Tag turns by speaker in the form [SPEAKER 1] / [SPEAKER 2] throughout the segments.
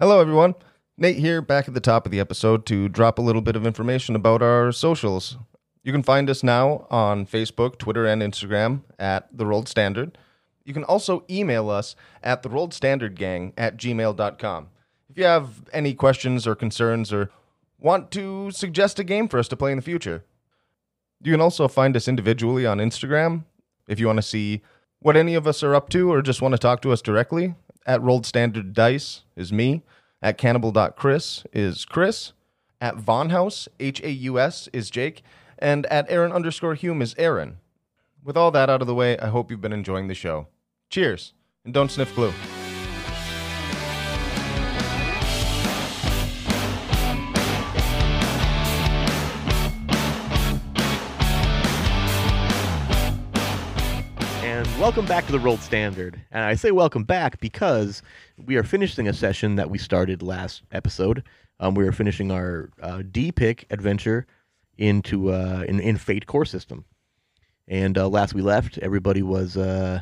[SPEAKER 1] Hello, everyone. Nate here, back at the top of the episode to drop a little bit of information about our socials. You can find us now on Facebook, Twitter, and Instagram at The Rolled Standard. You can also email us at The Rolled Standard Gang at gmail.com. If you have any questions or concerns or want to suggest a game for us to play in the future, you can also find us individually on Instagram if you want to see what any of us are up to or just want to talk to us directly. At Rolled Standard Dice is me. At Cannibal.Chris is Chris. At Vonhouse, H A U S, is Jake. And at Aaron underscore Hume is Aaron. With all that out of the way, I hope you've been enjoying the show. Cheers, and don't sniff glue.
[SPEAKER 2] And welcome back to the Rolled Standard. And I say welcome back because we are finishing a session that we started last episode. Um, we are finishing our uh, D pick adventure into uh, in, in Fate Core System. And uh, last we left, everybody was uh,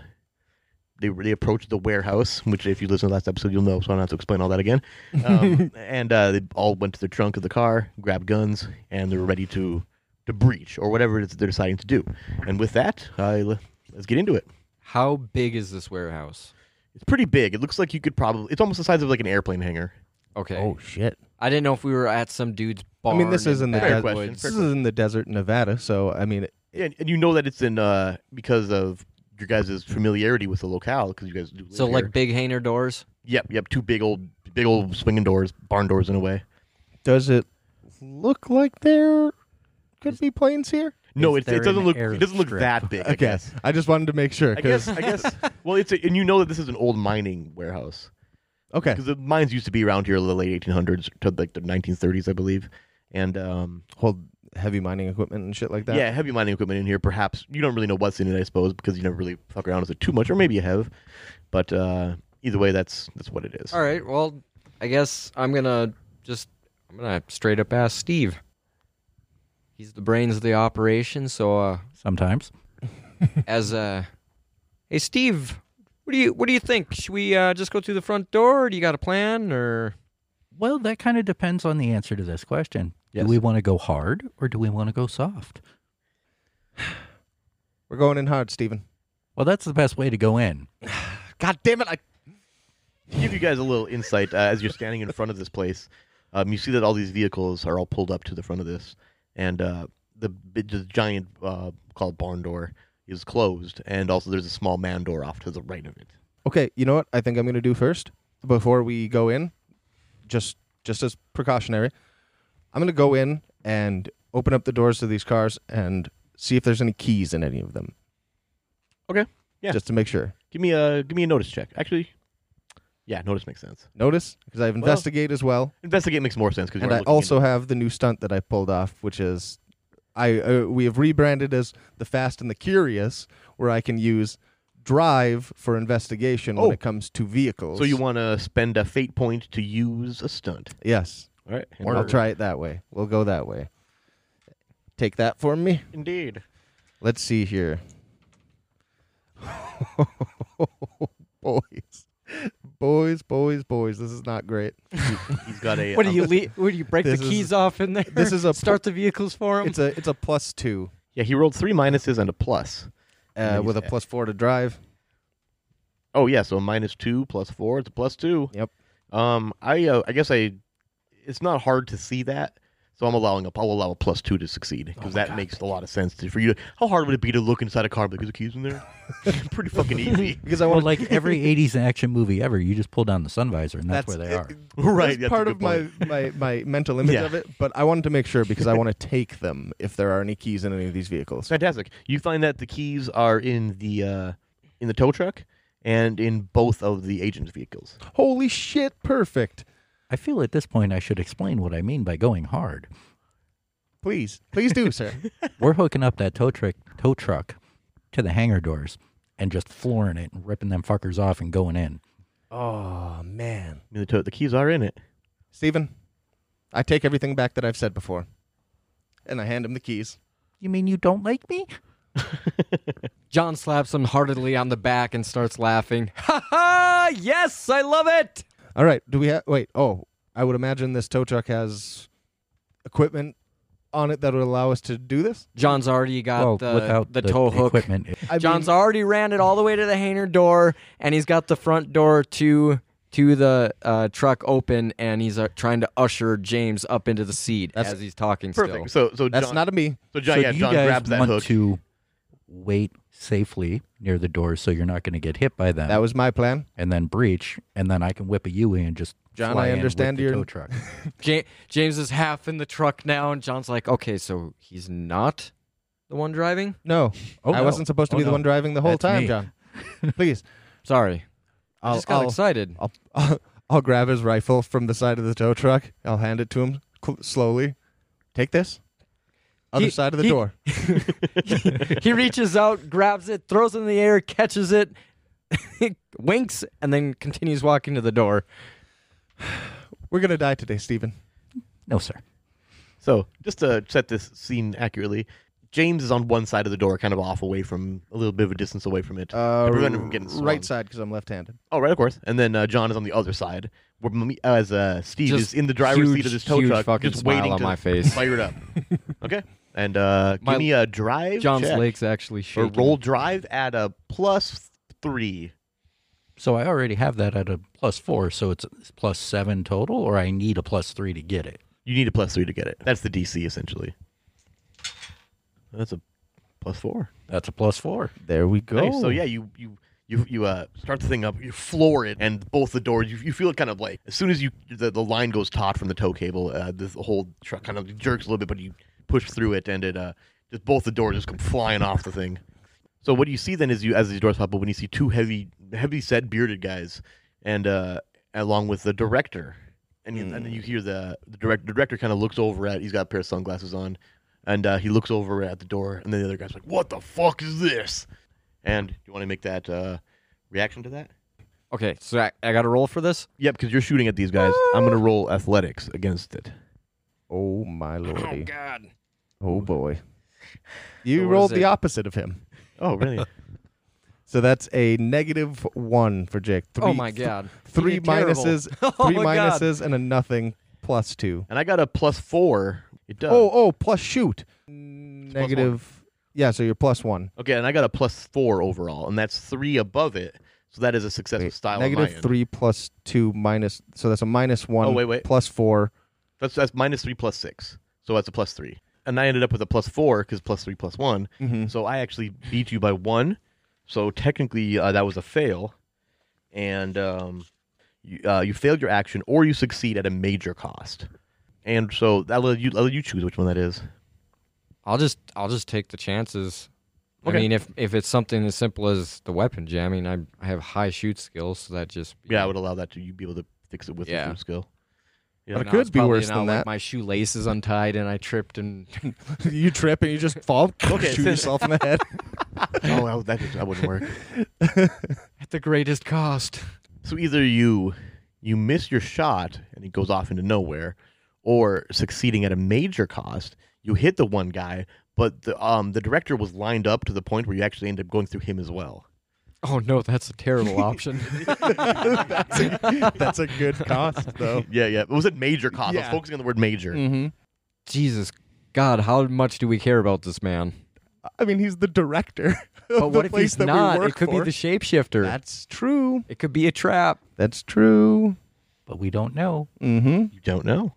[SPEAKER 2] they they approached the warehouse, which if you listen to the last episode, you'll know. So I don't have to explain all that again. Um, and uh, they all went to the trunk of the car, grabbed guns, and they were ready to to breach or whatever it is that they're deciding to do. And with that, I, let's get into it.
[SPEAKER 3] How big is this warehouse?
[SPEAKER 2] It's pretty big. It looks like you could probably. It's almost the size of like an airplane hangar.
[SPEAKER 3] Okay.
[SPEAKER 4] Oh shit!
[SPEAKER 3] I didn't know if we were at some dude's barn.
[SPEAKER 4] I mean, this is in the
[SPEAKER 2] Fair
[SPEAKER 4] desert.
[SPEAKER 2] question,
[SPEAKER 4] This
[SPEAKER 2] fair
[SPEAKER 4] is in the desert, in Nevada. So I mean,
[SPEAKER 2] Yeah, and, and you know that it's in uh because of your guys' familiarity with the locale because you guys do. Live
[SPEAKER 3] So
[SPEAKER 2] here.
[SPEAKER 3] like big hanger doors.
[SPEAKER 2] yep, yep, two big old, big old swinging doors, barn doors in a way.
[SPEAKER 4] does it look like there could be planes here?
[SPEAKER 2] No, it,
[SPEAKER 5] Is
[SPEAKER 2] it
[SPEAKER 5] there
[SPEAKER 2] doesn't
[SPEAKER 5] an
[SPEAKER 2] look. It doesn't look
[SPEAKER 5] airstrip?
[SPEAKER 2] that big. I
[SPEAKER 4] Okay,
[SPEAKER 2] guess.
[SPEAKER 4] I just wanted to make sure.
[SPEAKER 2] I
[SPEAKER 4] 'cause-
[SPEAKER 2] guess. I guess. Well, it's a, and you know that this is an old mining warehouse
[SPEAKER 4] Okay,
[SPEAKER 2] because the mines used to be around here in the late 1800s to like the 1930s, I believe. And um,
[SPEAKER 4] hold heavy mining equipment and shit like that.
[SPEAKER 2] yeah, heavy mining equipment in here. Perhaps you don't really know what's in it, I suppose, because you never really fuck around with it too much, or maybe you have. But uh, either way, that's that's what it is.
[SPEAKER 3] All right. Well, I guess I'm gonna just I'm gonna straight up ask Steve. He's the brains of the operation. So uh,
[SPEAKER 5] Sometimes.
[SPEAKER 3] as uh, hey Steve, what do you what do you think? Should we uh, just go through the front door? Or do you got a plan or?
[SPEAKER 5] Well, that kind of depends on the answer to this question.
[SPEAKER 3] Yes.
[SPEAKER 5] Do we want to go hard or do we want to go soft?
[SPEAKER 4] we're going in hard, Steven.
[SPEAKER 5] Well, that's the best way to go in.
[SPEAKER 4] God damn it! I
[SPEAKER 2] To give you guys a little insight, uh, as you're standing in front of this place, um, you see that all these vehicles are all pulled up to the front of this, and uh, the big- the giant uh, called barn door is closed, and also there's a small man door off to the right of it.
[SPEAKER 4] Okay, you know what? I think I'm going to do first before we go in, just just as precautionary. I'm going to go in and open up the doors to these cars and see if there's any keys in any of them.
[SPEAKER 2] Okay, yeah.
[SPEAKER 4] Just to make sure.
[SPEAKER 2] Give me a give me a notice check. Actually, yeah, notice makes sense.
[SPEAKER 4] Notice because I've
[SPEAKER 2] Well-
[SPEAKER 4] investigate as well,
[SPEAKER 2] Investigate makes more sense because
[SPEAKER 4] and I also have the new stunt that I pulled off, which is I uh, we have rebranded as the Fast and the Curious, where I can use drive for investigation
[SPEAKER 2] Oh.
[SPEAKER 4] when it comes to vehicles.
[SPEAKER 2] so you want to spend a fate point to use a stunt.
[SPEAKER 4] yes?
[SPEAKER 2] All right,
[SPEAKER 4] I'll try it that way. We'll go that way. Take that for me.
[SPEAKER 2] Indeed.
[SPEAKER 4] Let's see here. boys. Boys, boys, boys. This is not great.
[SPEAKER 2] He's got a.
[SPEAKER 3] What do
[SPEAKER 2] um,
[SPEAKER 3] you leave? What do you break the
[SPEAKER 4] This is-
[SPEAKER 3] keys off in there?
[SPEAKER 4] this is a
[SPEAKER 3] start the vehicles for him.
[SPEAKER 4] It's a it's a plus two.
[SPEAKER 2] Yeah, he rolled three minuses and a plus.
[SPEAKER 4] Uh,
[SPEAKER 2] Nice.
[SPEAKER 4] with a plus four to drive.
[SPEAKER 2] Oh yeah, so a minus two plus four. It's a plus two.
[SPEAKER 4] Yep.
[SPEAKER 2] Um, I uh, I guess I. It's not hard to see that, so I'm allowing a. I'll allow a plus two to succeed because that makes a lot of sense to, for you. To, how hard would it be to look inside a car because the keys in there? Pretty fucking easy.
[SPEAKER 4] Because I
[SPEAKER 5] Well,
[SPEAKER 4] want
[SPEAKER 5] like every 80s action movie ever, you just pull down the sun visor and that's, where they are.
[SPEAKER 2] right.
[SPEAKER 4] That's
[SPEAKER 2] that's a
[SPEAKER 4] part
[SPEAKER 2] good
[SPEAKER 4] of my,
[SPEAKER 2] point.
[SPEAKER 4] my, my mental image
[SPEAKER 2] Yeah.
[SPEAKER 4] of it, but I wanted to make sure because I want to take them if there are any keys in any of these vehicles.
[SPEAKER 2] Fantastic. You find that the keys are in the uh, in the tow truck and in both of the agent's vehicles.
[SPEAKER 4] Holy shit, perfect.
[SPEAKER 5] I feel at this point I should explain what I mean by going hard.
[SPEAKER 4] Please, please do, sir.
[SPEAKER 5] We're hooking up that tow truck, tow truck to the hangar doors and just flooring it and ripping them fuckers off and going in.
[SPEAKER 4] oh, man.
[SPEAKER 2] I mean, the, tow- the keys are in it.
[SPEAKER 4] Steven, I take everything back that I've said before. And I hand him the keys.
[SPEAKER 5] You mean you don't like me?
[SPEAKER 3] John slaps him heartily on the back and starts laughing. Ha ha! Yes, I love it.
[SPEAKER 4] All right. Do we have? Wait. Oh, I would imagine this tow truck has equipment on it that would allow us to do this.
[SPEAKER 3] John's already got
[SPEAKER 5] well,
[SPEAKER 3] the,
[SPEAKER 5] without
[SPEAKER 3] the, tow hook.
[SPEAKER 5] equipment, it-
[SPEAKER 4] I
[SPEAKER 3] John's
[SPEAKER 4] mean,
[SPEAKER 3] already ran it all the way to the hanger door, and he's got the front door to to the uh, truck open, and he's uh, trying to usher James up into the seat
[SPEAKER 4] That's-
[SPEAKER 3] as he's talking.
[SPEAKER 2] Perfect.
[SPEAKER 3] Still,
[SPEAKER 2] So so
[SPEAKER 4] that's
[SPEAKER 2] John,
[SPEAKER 4] not a me.
[SPEAKER 2] so John
[SPEAKER 5] so
[SPEAKER 2] yeah
[SPEAKER 5] do you
[SPEAKER 2] John
[SPEAKER 5] guys
[SPEAKER 2] grabs that
[SPEAKER 5] want
[SPEAKER 2] hook.
[SPEAKER 5] to wait safely near the door so you're not going to get hit by them,
[SPEAKER 4] That was my plan.
[SPEAKER 5] and then breach, and then I can whip a Yui and just
[SPEAKER 4] John,
[SPEAKER 5] fly
[SPEAKER 4] I
[SPEAKER 5] in with
[SPEAKER 4] understand
[SPEAKER 5] the
[SPEAKER 4] you're-
[SPEAKER 5] tow truck.
[SPEAKER 3] Ja- James is half in the truck now, and John's like, "Okay, so he's not the one driving."
[SPEAKER 4] No,
[SPEAKER 5] Oh,
[SPEAKER 4] I
[SPEAKER 5] no.
[SPEAKER 4] wasn't supposed to
[SPEAKER 5] Oh,
[SPEAKER 4] be the
[SPEAKER 5] no.
[SPEAKER 4] one driving the whole
[SPEAKER 5] That's
[SPEAKER 4] time,
[SPEAKER 5] me.
[SPEAKER 4] John. Please,
[SPEAKER 3] Sorry, i
[SPEAKER 4] I'll
[SPEAKER 3] just got
[SPEAKER 4] I'll,
[SPEAKER 3] excited.
[SPEAKER 4] I'll, I'll I'll grab his rifle from the side of the tow truck. I'll hand it to him cl- slowly. Take this. Other
[SPEAKER 3] He-
[SPEAKER 4] side of the
[SPEAKER 3] he-
[SPEAKER 4] door.
[SPEAKER 3] he reaches out, grabs it, throws it in the air, catches it, winks, and then continues walking to the door.
[SPEAKER 4] We're gonna die today, Stephen.
[SPEAKER 5] no, sir.
[SPEAKER 2] So just to set this scene accurately, James is on one side of the door, kind of off away from a little bit of a distance away from it.
[SPEAKER 4] Uh,
[SPEAKER 2] to prevent him from getting swung.
[SPEAKER 4] right side because I'm left-handed.
[SPEAKER 2] Oh, right, of course. And then uh, John is on the other side, where me- as uh, Steve
[SPEAKER 3] Just
[SPEAKER 2] is in the driver's
[SPEAKER 3] huge,
[SPEAKER 2] seat of this tow
[SPEAKER 3] huge
[SPEAKER 2] truck,
[SPEAKER 3] fucking
[SPEAKER 2] just
[SPEAKER 3] smile
[SPEAKER 2] waiting
[SPEAKER 3] on
[SPEAKER 2] to
[SPEAKER 3] my face.
[SPEAKER 2] fire it up. okay, and uh, give
[SPEAKER 3] My-
[SPEAKER 2] me a drive.
[SPEAKER 3] John's
[SPEAKER 2] check,
[SPEAKER 3] legs actually
[SPEAKER 2] or
[SPEAKER 3] shaking.
[SPEAKER 2] roll drive at a plus three.
[SPEAKER 5] So I already have that at a plus four, so it's plus seven total, or I need a plus three to get it.
[SPEAKER 2] You need a plus three to get it. That's the DC essentially. That's a plus four.
[SPEAKER 5] That's a plus four.
[SPEAKER 4] There we go.
[SPEAKER 2] Nice. So yeah, you you you you uh, start the thing up, you floor it, and both the doors. You, you feel it kind of like as soon as you the, the line goes taut from the tow cable, uh, this whole truck kind of jerks a little bit, but you push through it, and it uh, just both the doors just come flying off the thing. So what you see then is you as these doors pop open, you see two heavy heavy set bearded guys, and uh, along with the director, and you- and then you hear the the director the director kind of looks over at he's got a pair of sunglasses on. And uh, he looks over at the door, and then the other guy's like, "What the fuck is this?" And do you want to make that uh, reaction to that?
[SPEAKER 3] Okay, so I, I got to roll for this.
[SPEAKER 2] Yep, because you're shooting at these guys. I'm gonna roll athletics against it.
[SPEAKER 4] Oh my lordy.
[SPEAKER 3] God.
[SPEAKER 4] Oh boy. You
[SPEAKER 3] So what
[SPEAKER 4] rolled
[SPEAKER 3] is
[SPEAKER 4] the
[SPEAKER 3] it?
[SPEAKER 4] opposite of him.
[SPEAKER 2] Oh, really?
[SPEAKER 4] So that's a negative one for Jake. Three,
[SPEAKER 3] oh my God.
[SPEAKER 4] th- three
[SPEAKER 3] You did terrible.
[SPEAKER 4] minuses, three
[SPEAKER 3] Oh my God.
[SPEAKER 4] minuses, and a nothing plus two.
[SPEAKER 2] and I got a plus four. It does.
[SPEAKER 4] oh, oh, plus shoot. Negative. yeah, so you're plus one.
[SPEAKER 2] Okay, and I got a plus four overall, and that's three above it. So that is a success with style. on my
[SPEAKER 4] Negative
[SPEAKER 2] end.
[SPEAKER 4] three plus two minus. So that's a minus one.
[SPEAKER 2] Oh, wait, wait.
[SPEAKER 4] Plus four.
[SPEAKER 2] That's that's minus three plus six. So that's a plus three. And I ended up with a plus four because plus three plus one. So I actually beat you by one. So technically, uh, that was a fail, and um, you, uh, you failed your action, or you succeed at a major cost. And so I'll let you, I'll let you choose which one that is.
[SPEAKER 3] I'll just I'll just take the chances.
[SPEAKER 2] Okay.
[SPEAKER 3] I mean, if if it's something as simple as the weapon jamming, I I have high shoot skills, so that just
[SPEAKER 2] Yeah, I would allow that to you be able to fix it with
[SPEAKER 3] Yeah.
[SPEAKER 2] your skill. Yeah.
[SPEAKER 4] But it
[SPEAKER 3] Now it's
[SPEAKER 4] could be
[SPEAKER 3] probably
[SPEAKER 4] worse
[SPEAKER 3] now,
[SPEAKER 4] than
[SPEAKER 3] like,
[SPEAKER 4] that.
[SPEAKER 3] my shoelace is untied and I tripped and
[SPEAKER 4] you trip and you just fall.
[SPEAKER 2] Okay,
[SPEAKER 4] shoot
[SPEAKER 2] so-
[SPEAKER 4] yourself in the head.
[SPEAKER 2] oh, that, that, that wouldn't work.
[SPEAKER 3] at the greatest cost.
[SPEAKER 2] So either you you miss your shot and it goes off into nowhere, or succeeding at a major cost, you hit the one guy, but the um the director was lined up to the point where you actually end up going through him as well.
[SPEAKER 3] Oh no, that's a terrible option.
[SPEAKER 4] that's, a, that's a good cost, though.
[SPEAKER 2] Yeah, yeah. It was at major cost. I was
[SPEAKER 4] Oh. Yeah.
[SPEAKER 2] focusing on the word major.
[SPEAKER 3] Mm.
[SPEAKER 4] Mm-hmm.
[SPEAKER 3] Jesus God, how much do we care about this man?
[SPEAKER 4] I mean, he's the director. Of
[SPEAKER 3] But
[SPEAKER 4] the
[SPEAKER 3] what if
[SPEAKER 4] place
[SPEAKER 3] he's
[SPEAKER 4] that
[SPEAKER 3] not?
[SPEAKER 4] We work
[SPEAKER 3] It could
[SPEAKER 4] for.
[SPEAKER 3] be the shapeshifter.
[SPEAKER 4] That's true.
[SPEAKER 3] it could be a trap.
[SPEAKER 4] That's true.
[SPEAKER 5] But we don't know.
[SPEAKER 4] Mm-hmm.
[SPEAKER 2] You don't know.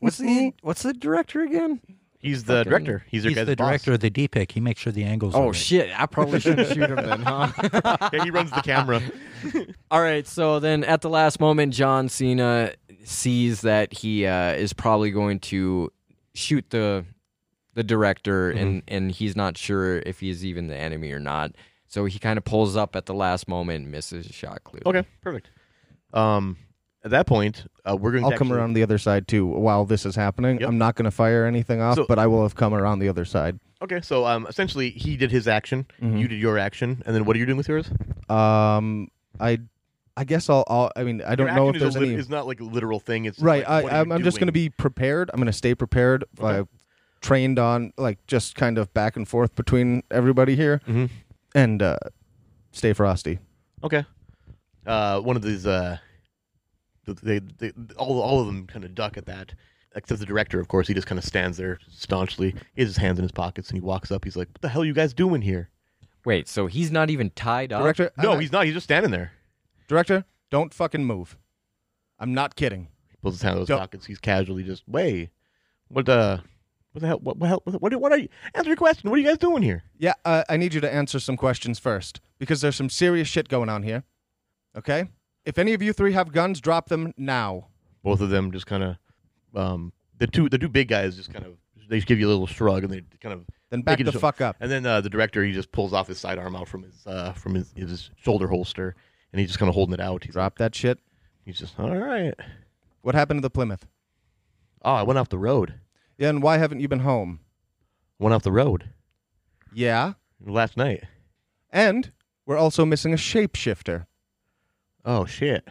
[SPEAKER 3] What's the what's the director again?
[SPEAKER 2] He's the
[SPEAKER 3] Fucking-
[SPEAKER 2] director. He's your
[SPEAKER 5] He's
[SPEAKER 2] guy's
[SPEAKER 5] the
[SPEAKER 2] boss.
[SPEAKER 5] director of the D pick. He makes sure the angles. are
[SPEAKER 3] Oh
[SPEAKER 5] right.
[SPEAKER 3] shit, I probably shouldn't shoot him then, huh?
[SPEAKER 2] yeah, he runs the camera.
[SPEAKER 3] All right, so then at the last moment, John Cena sees that he uh, is probably going to shoot the the director, and and he's not sure if he's even the enemy or not. So he kind of pulls up at the last moment and misses a shot clearly.
[SPEAKER 2] Okay, perfect. Um, at that point, uh, we're going.
[SPEAKER 4] I'll
[SPEAKER 2] to
[SPEAKER 4] come
[SPEAKER 2] actually-
[SPEAKER 4] around the other side too while this is happening.
[SPEAKER 2] Yep.
[SPEAKER 4] I'm not going to fire anything off,
[SPEAKER 2] So-
[SPEAKER 4] but I will have come around the other side.
[SPEAKER 2] Okay, so um, essentially, he did his action. You did your action, and then what are you doing with yours?
[SPEAKER 4] Um, I, I guess I'll. I'll I mean, I don't
[SPEAKER 2] Your
[SPEAKER 4] know if
[SPEAKER 2] action
[SPEAKER 4] there's
[SPEAKER 2] is a lit-
[SPEAKER 4] any.
[SPEAKER 2] is not like a literal thing. It's
[SPEAKER 4] right.
[SPEAKER 2] like, what are
[SPEAKER 4] I,
[SPEAKER 2] you
[SPEAKER 4] I'm, I'm just going to
[SPEAKER 2] doing?
[SPEAKER 4] be prepared. I'm going to stay prepared.
[SPEAKER 2] Okay.
[SPEAKER 4] I trained on like just kind of back and forth between everybody here,
[SPEAKER 2] Mhm.
[SPEAKER 4] and uh, stay frosty.
[SPEAKER 2] Okay. Uh, one of these uh, they, they all all of them kind of duck at that. Except the director, of course, he just kind of stands there staunchly. He has his hands in his pockets and he walks up. He's like, "What the hell are you guys doing here?"
[SPEAKER 3] Wait, so he's not even tied up?
[SPEAKER 4] Director,
[SPEAKER 2] Uh, No,
[SPEAKER 4] I'm-
[SPEAKER 2] he's not. He's just standing there.
[SPEAKER 4] director. Don't fucking move. I'm not kidding.
[SPEAKER 2] He pulls his hand out of his
[SPEAKER 4] Don't-
[SPEAKER 2] pockets. He's casually just, "Way, what the, what the hell? What what, hell- what what are you? Answer your question. What are you guys doing here?"
[SPEAKER 4] Yeah, uh, I need you to answer some questions first because there's some serious shit going on here. Okay? If any of you three have guns, drop them now.
[SPEAKER 2] both of them just kind of um, the two the two big guys just kind of they just give you a little shrug and they kind of
[SPEAKER 4] Then back
[SPEAKER 2] Make it
[SPEAKER 4] the
[SPEAKER 2] so-
[SPEAKER 4] fuck up.
[SPEAKER 2] and then uh, the director he just pulls off his sidearm out from his uh, from his, his shoulder holster and he's just kind of holding it out. He's,
[SPEAKER 4] Drop that shit.
[SPEAKER 2] he's just all right.
[SPEAKER 4] What happened to the Plymouth?
[SPEAKER 2] Oh, I went off the road.
[SPEAKER 4] Yeah, and why haven't you been home?
[SPEAKER 2] Went off the road
[SPEAKER 4] Yeah.
[SPEAKER 2] last night.
[SPEAKER 4] And we're also missing a shapeshifter.
[SPEAKER 2] Oh shit.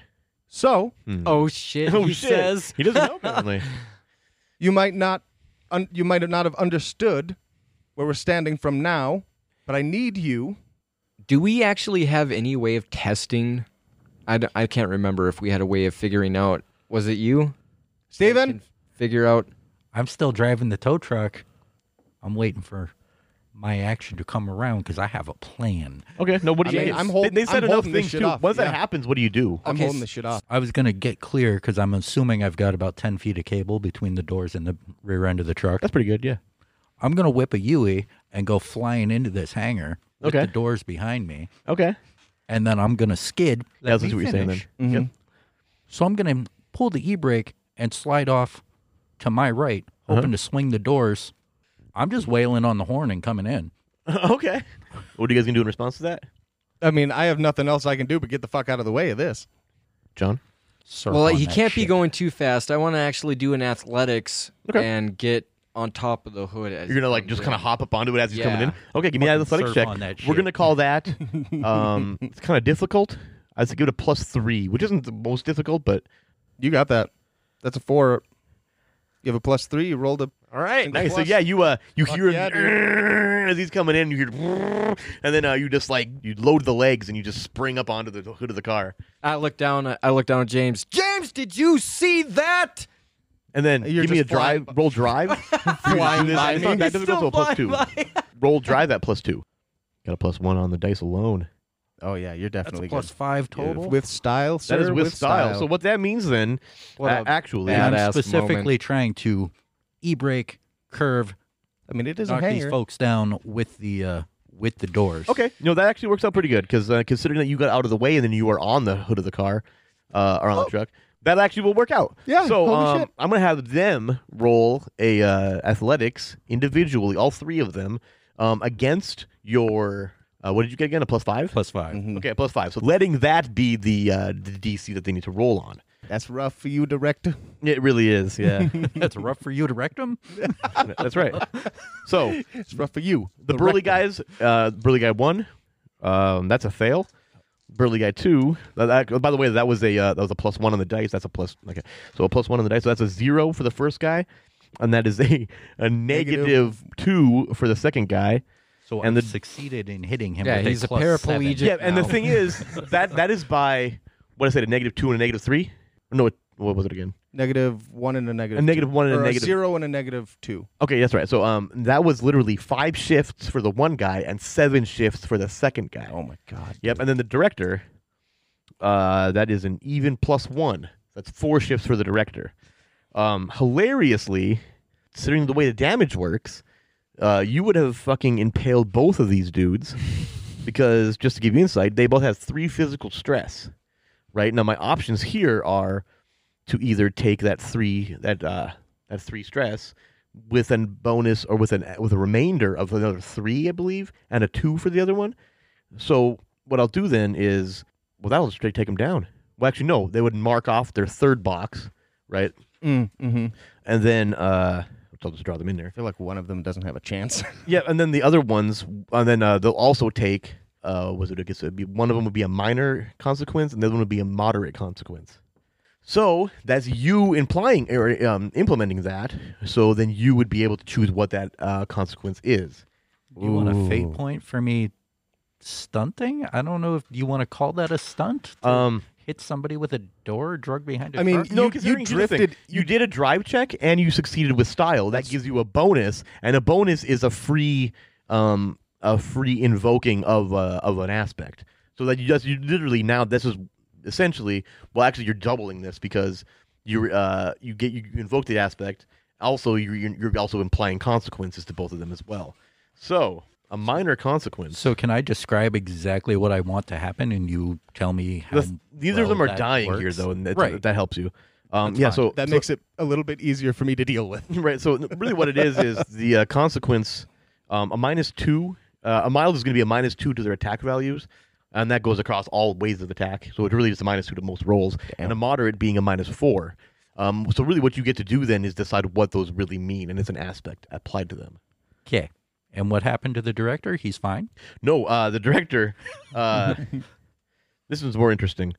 [SPEAKER 4] So,
[SPEAKER 2] Hmm.
[SPEAKER 3] Oh shit!
[SPEAKER 2] Oh,
[SPEAKER 3] he
[SPEAKER 2] shit.
[SPEAKER 3] says
[SPEAKER 2] he doesn't know apparently.
[SPEAKER 4] you might not un- you might not have understood where we're standing from now, but I need you.
[SPEAKER 3] Do we actually have any way of testing? I, d- I can't remember if we had a way of figuring out. Was it you?
[SPEAKER 4] Steven,
[SPEAKER 3] Figure out.
[SPEAKER 5] I'm still driving the tow truck. I'm waiting for my action to come around because I have a plan.
[SPEAKER 2] okay, no. What do
[SPEAKER 4] I
[SPEAKER 2] you?
[SPEAKER 4] mean,
[SPEAKER 2] it's-
[SPEAKER 4] I'm hold-
[SPEAKER 2] they, they said
[SPEAKER 4] I'm
[SPEAKER 2] enough
[SPEAKER 4] holding this
[SPEAKER 2] things
[SPEAKER 4] shit
[SPEAKER 2] too.
[SPEAKER 4] off,
[SPEAKER 2] Once
[SPEAKER 4] yeah.
[SPEAKER 2] that happens, what do you do?
[SPEAKER 4] I'm
[SPEAKER 3] Okay,
[SPEAKER 4] holding
[SPEAKER 3] s-
[SPEAKER 4] this shit off.
[SPEAKER 5] I was gonna get clear because I'm assuming I've got about ten feet of cable between the doors and the rear end of the truck.
[SPEAKER 2] That's pretty good. Yeah.
[SPEAKER 5] I'm gonna whip a Yui and go flying into this hangar with
[SPEAKER 2] Okay.
[SPEAKER 5] the doors behind me,
[SPEAKER 2] Okay.
[SPEAKER 5] and then I'm gonna skid. Let
[SPEAKER 2] That's what
[SPEAKER 5] me
[SPEAKER 2] you're saying then.
[SPEAKER 5] finish.
[SPEAKER 2] Yep.
[SPEAKER 5] So I'm gonna pull the e brake and slide off to my right,
[SPEAKER 2] Uh-huh.
[SPEAKER 5] hoping to swing the doors. I'm just wailing on the horn and coming in.
[SPEAKER 2] Mm-hmm. okay. What are you guys gonna do in response to that,
[SPEAKER 4] I mean, I have nothing else I can do but get the fuck out of the way of this.
[SPEAKER 2] John?
[SPEAKER 5] Surf
[SPEAKER 3] well,
[SPEAKER 5] on
[SPEAKER 3] he
[SPEAKER 5] that
[SPEAKER 3] can't be
[SPEAKER 5] shit.
[SPEAKER 3] going too fast. I want to actually do an athletics
[SPEAKER 2] Okay.
[SPEAKER 3] and get on top of the hood. As
[SPEAKER 2] You're gonna like just kind of hop up onto it as he's coming in.
[SPEAKER 3] Yeah.
[SPEAKER 2] Okay, give me an
[SPEAKER 5] Fucking
[SPEAKER 2] athletics
[SPEAKER 5] surf
[SPEAKER 2] check.
[SPEAKER 5] on that
[SPEAKER 2] We're
[SPEAKER 5] shit.
[SPEAKER 2] gonna call that. Um, it's kind of difficult. I would give it a plus three, which isn't the most difficult, but
[SPEAKER 4] You got that. That's a four. You have a plus three. You rolled a.
[SPEAKER 2] all right, nice.
[SPEAKER 4] plus.
[SPEAKER 2] So yeah, you uh, you hear him
[SPEAKER 4] yeah, dude.
[SPEAKER 2] as he's coming in. You hear, and then uh, you just like you load the legs and you just spring up onto the hood of the car,
[SPEAKER 3] I look down. I look down at James. James, did you see that?
[SPEAKER 2] and then
[SPEAKER 4] You're
[SPEAKER 2] give me a
[SPEAKER 4] just
[SPEAKER 2] drive. Roll drive. flying
[SPEAKER 3] by
[SPEAKER 2] That
[SPEAKER 3] me. He's
[SPEAKER 2] doesn't go to
[SPEAKER 3] still
[SPEAKER 2] a plus two.
[SPEAKER 3] flying by.
[SPEAKER 2] Roll drive that plus two. Got a plus one on the dice alone.
[SPEAKER 4] Oh yeah, you're
[SPEAKER 5] That's
[SPEAKER 4] definitely
[SPEAKER 5] a plus five
[SPEAKER 4] good.
[SPEAKER 5] total.
[SPEAKER 4] With style, sir.
[SPEAKER 2] that is with, style. So what that means then,
[SPEAKER 3] What
[SPEAKER 2] uh,
[SPEAKER 3] a
[SPEAKER 2] actually,
[SPEAKER 3] bad
[SPEAKER 5] And
[SPEAKER 3] Badass
[SPEAKER 5] I'm specifically
[SPEAKER 3] moment.
[SPEAKER 5] trying to e brake, curve,
[SPEAKER 4] I mean, it is a
[SPEAKER 5] knock these
[SPEAKER 4] hanger.
[SPEAKER 5] folks down with the uh, with the doors.
[SPEAKER 2] Okay, no, that actually works out pretty good because uh, considering that you got out of the way and then you were on the hood of the car uh, or on the truck, that actually will work out.
[SPEAKER 4] Yeah,
[SPEAKER 2] So
[SPEAKER 4] holy
[SPEAKER 2] um,
[SPEAKER 4] shit.
[SPEAKER 2] I'm gonna have them roll a uh, athletics individually, all three of them, um, against your. Uh, what did you get again? A plus five.
[SPEAKER 5] Plus five.
[SPEAKER 2] Okay, plus five. So letting that be the uh, the DC that they need to roll on.
[SPEAKER 4] That's rough for you, director.
[SPEAKER 2] It really is. Yeah,
[SPEAKER 5] That's rough for you to wreck them.
[SPEAKER 2] that's right. So
[SPEAKER 4] It's rough for you.
[SPEAKER 2] the burly guys uh burly guy one um that's a fail burly guy two that, that- by the way that was a uh, that was a plus one on the dice that's a plus okay so a plus one on the dice so that's a zero for the first guy and that is a a negative two for the second guy
[SPEAKER 5] So
[SPEAKER 2] And
[SPEAKER 5] and
[SPEAKER 2] the-
[SPEAKER 5] I've succeeded in hitting him.
[SPEAKER 3] Yeah,
[SPEAKER 5] with
[SPEAKER 3] he's a
[SPEAKER 5] plus
[SPEAKER 3] paraplegic.
[SPEAKER 5] seven.
[SPEAKER 2] yeah and the
[SPEAKER 3] now.
[SPEAKER 2] thing is that that is by what i said a negative two and a negative three no it, what was it again
[SPEAKER 4] Negative one and a negative.
[SPEAKER 2] A negative
[SPEAKER 4] two.
[SPEAKER 2] one and a
[SPEAKER 4] Or
[SPEAKER 2] negative-
[SPEAKER 4] zero and a negative two.
[SPEAKER 2] okay that's right so um that was literally five shifts for the one guy and seven shifts for the second guy
[SPEAKER 4] Oh my god.
[SPEAKER 2] Yep, and then the director, uh, that is an even plus one. That's four shifts for the director. Um, hilariously, considering the way the damage works, uh, you would have fucking impaled both of these dudes because, just to give you insight, they both have three physical stress. Right now, my options here are to either take that three that uh, that three stress with a bonus or with an with a remainder of another three, I believe, and a two for the other one. So what I'll do then is, well, that'll straight take them down. Well, actually, no, they would mark off their third box, right? Mm,
[SPEAKER 4] Mm-hmm. I
[SPEAKER 2] And then, uh, I'll just draw them in there.
[SPEAKER 4] feel like one of them doesn't have a chance.
[SPEAKER 2] Yeah, and then the other ones, and then uh, they'll also take. Uh, was it? I guess it'd be one of them would be a minor consequence, and the other one would be a moderate consequence. So that's you implying or um, implementing that. So then you would be able to choose what that uh, consequence is.
[SPEAKER 5] Do you want a fate point for me stunting? I don't know if do you want to call that a stunt.
[SPEAKER 2] Um,
[SPEAKER 5] hit somebody with a door drug behind a
[SPEAKER 4] I mean,
[SPEAKER 5] car?
[SPEAKER 4] You-
[SPEAKER 2] No, because
[SPEAKER 4] you
[SPEAKER 2] you drifted.
[SPEAKER 4] drifted-
[SPEAKER 2] You did a drive check and you succeeded with style. That gives you a bonus, and a bonus is a free, um, a free invoking of uh, of an aspect. So that you just you literally now this is essentially well actually you're doubling this because you uh you get you invoke the aspect. Also you you're you're also implying consequences to both of them as well. So a minor consequence.
[SPEAKER 5] So can I describe exactly what I want to happen, and you tell me how?
[SPEAKER 2] The- these
[SPEAKER 5] um, well
[SPEAKER 2] of them are
[SPEAKER 5] that
[SPEAKER 2] dying here
[SPEAKER 5] works?
[SPEAKER 2] though, and that,
[SPEAKER 5] Right.
[SPEAKER 2] that helps you. Um, yeah, so
[SPEAKER 4] That
[SPEAKER 2] so-
[SPEAKER 4] makes it a little bit easier for me to deal with.
[SPEAKER 2] Right. So really, what it is is the uh, consequence. Um, a minus two. Uh, a mild is going to be a minus two to their attack values, and that goes across all ways of attack. So it really is a minus two to most rolls, and a moderate being a minus four. Um, so really, what you get to do then is decide what those really mean, and it's an aspect applied to them.
[SPEAKER 5] Okay. And what happened to the director? He's fine.
[SPEAKER 2] No, uh, the director. Uh, this one's more interesting.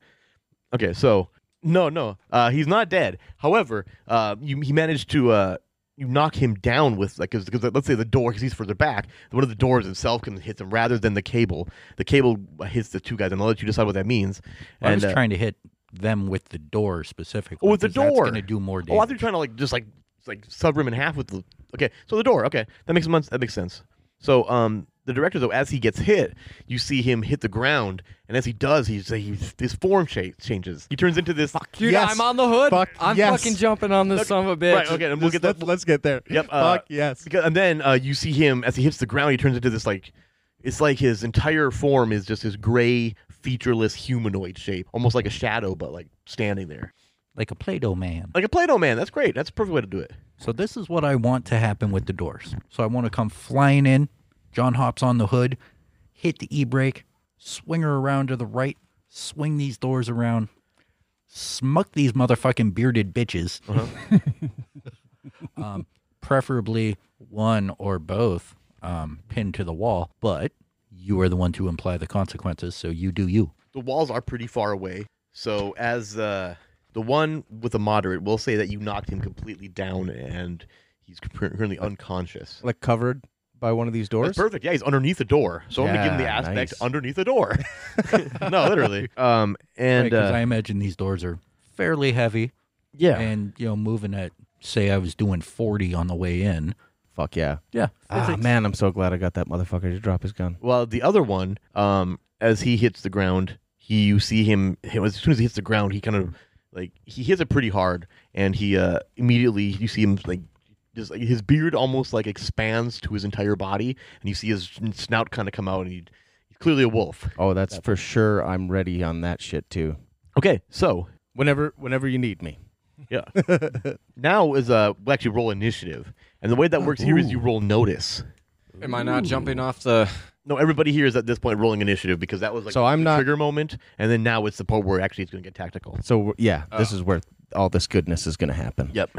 [SPEAKER 2] Okay, so no, no, uh, he's not dead. However, uh, you, he managed to uh, you knock him down with like because let's say the door because he's further back. One of the doors itself can hit them rather than the cable. The cable hits the two guys, and I'll let you decide what that means.
[SPEAKER 5] I
[SPEAKER 2] and,
[SPEAKER 5] was
[SPEAKER 2] uh,
[SPEAKER 5] trying to hit them with the door specifically.
[SPEAKER 2] Oh, with the
[SPEAKER 5] 'cause that's
[SPEAKER 2] door.
[SPEAKER 5] gonna do more
[SPEAKER 2] Oh, I
[SPEAKER 5] damage.
[SPEAKER 2] thought you were trying to like just like like sub him in half with the. Okay, so the door. Okay, that makes months. That makes sense. So um, the director though, as he gets hit, you see him hit the ground, and as he does, he's, he's his form cha- changes. He turns into this.
[SPEAKER 3] Dude,
[SPEAKER 4] Yes.
[SPEAKER 3] I'm on the hood.
[SPEAKER 4] Fuck
[SPEAKER 3] I'm
[SPEAKER 4] yes.
[SPEAKER 3] fucking jumping on this son of a bitch.
[SPEAKER 2] Right. Okay, and we'll
[SPEAKER 4] Just
[SPEAKER 2] get that.
[SPEAKER 4] let- Let's get there.
[SPEAKER 2] Yep, uh,
[SPEAKER 4] Fuck yes.
[SPEAKER 2] Because, and then uh, you see him as he hits the ground. He turns into this like, it's like his entire form is just his gray, featureless humanoid shape, almost like a shadow, but like standing there,
[SPEAKER 5] like a Play-Doh man.
[SPEAKER 2] like a Play-Doh man. That's great. That's a perfect way to do it.
[SPEAKER 5] So this is what I want to happen with the doors. So I want to come flying in. John hops on the hood, hit the e-brake, swing her around to the right, swing these doors around, smuck these motherfucking bearded bitches.
[SPEAKER 2] Uh-huh.
[SPEAKER 5] um, preferably one or both um, pinned to the wall, but you are the one to imply the consequences, so you do you.
[SPEAKER 2] the walls are pretty far away. So as uh, the one with the moderate, we'll say that you knocked him completely down and he's cur- currently unconscious.
[SPEAKER 4] Like covered by one of these doors.
[SPEAKER 2] That's perfect. Yeah, he's underneath the door. So I'm gonna give him the
[SPEAKER 1] Yeah,
[SPEAKER 2] aspect
[SPEAKER 1] nice.
[SPEAKER 2] underneath the door. no, literally. Um, and
[SPEAKER 5] Because
[SPEAKER 2] uh,
[SPEAKER 5] I imagine these doors are fairly heavy.
[SPEAKER 2] yeah,
[SPEAKER 5] and you know moving at say i was doing 40 on the way in
[SPEAKER 4] Fuck yeah.
[SPEAKER 5] yeah
[SPEAKER 4] Ah, man, I'm so glad I got that motherfucker to drop his gun.
[SPEAKER 2] Well, the other one, um, as he hits the ground, he you see him, him as soon as he hits the ground, he kind of like he hits it pretty hard, and he uh, immediately you see him like just like his beard almost like expands to his entire body, and you see his snout kind of come out, and he, he's clearly a wolf.
[SPEAKER 4] Oh, that's for sure. I'm ready on that shit too.
[SPEAKER 2] Okay, so
[SPEAKER 4] Whenever, whenever you need me.
[SPEAKER 2] yeah, now is uh we actually roll initiative, and the way
[SPEAKER 4] Oh,
[SPEAKER 2] that works here is you roll notice.
[SPEAKER 3] Am I not jumping off the?
[SPEAKER 2] No, everybody here is at this point rolling initiative because that was like
[SPEAKER 4] So I'm
[SPEAKER 2] the
[SPEAKER 4] not-
[SPEAKER 2] trigger moment, and then now it's the part where actually it's going to get tactical.
[SPEAKER 4] So we're- yeah, this is where all this goodness is gonna happen.
[SPEAKER 2] Yep.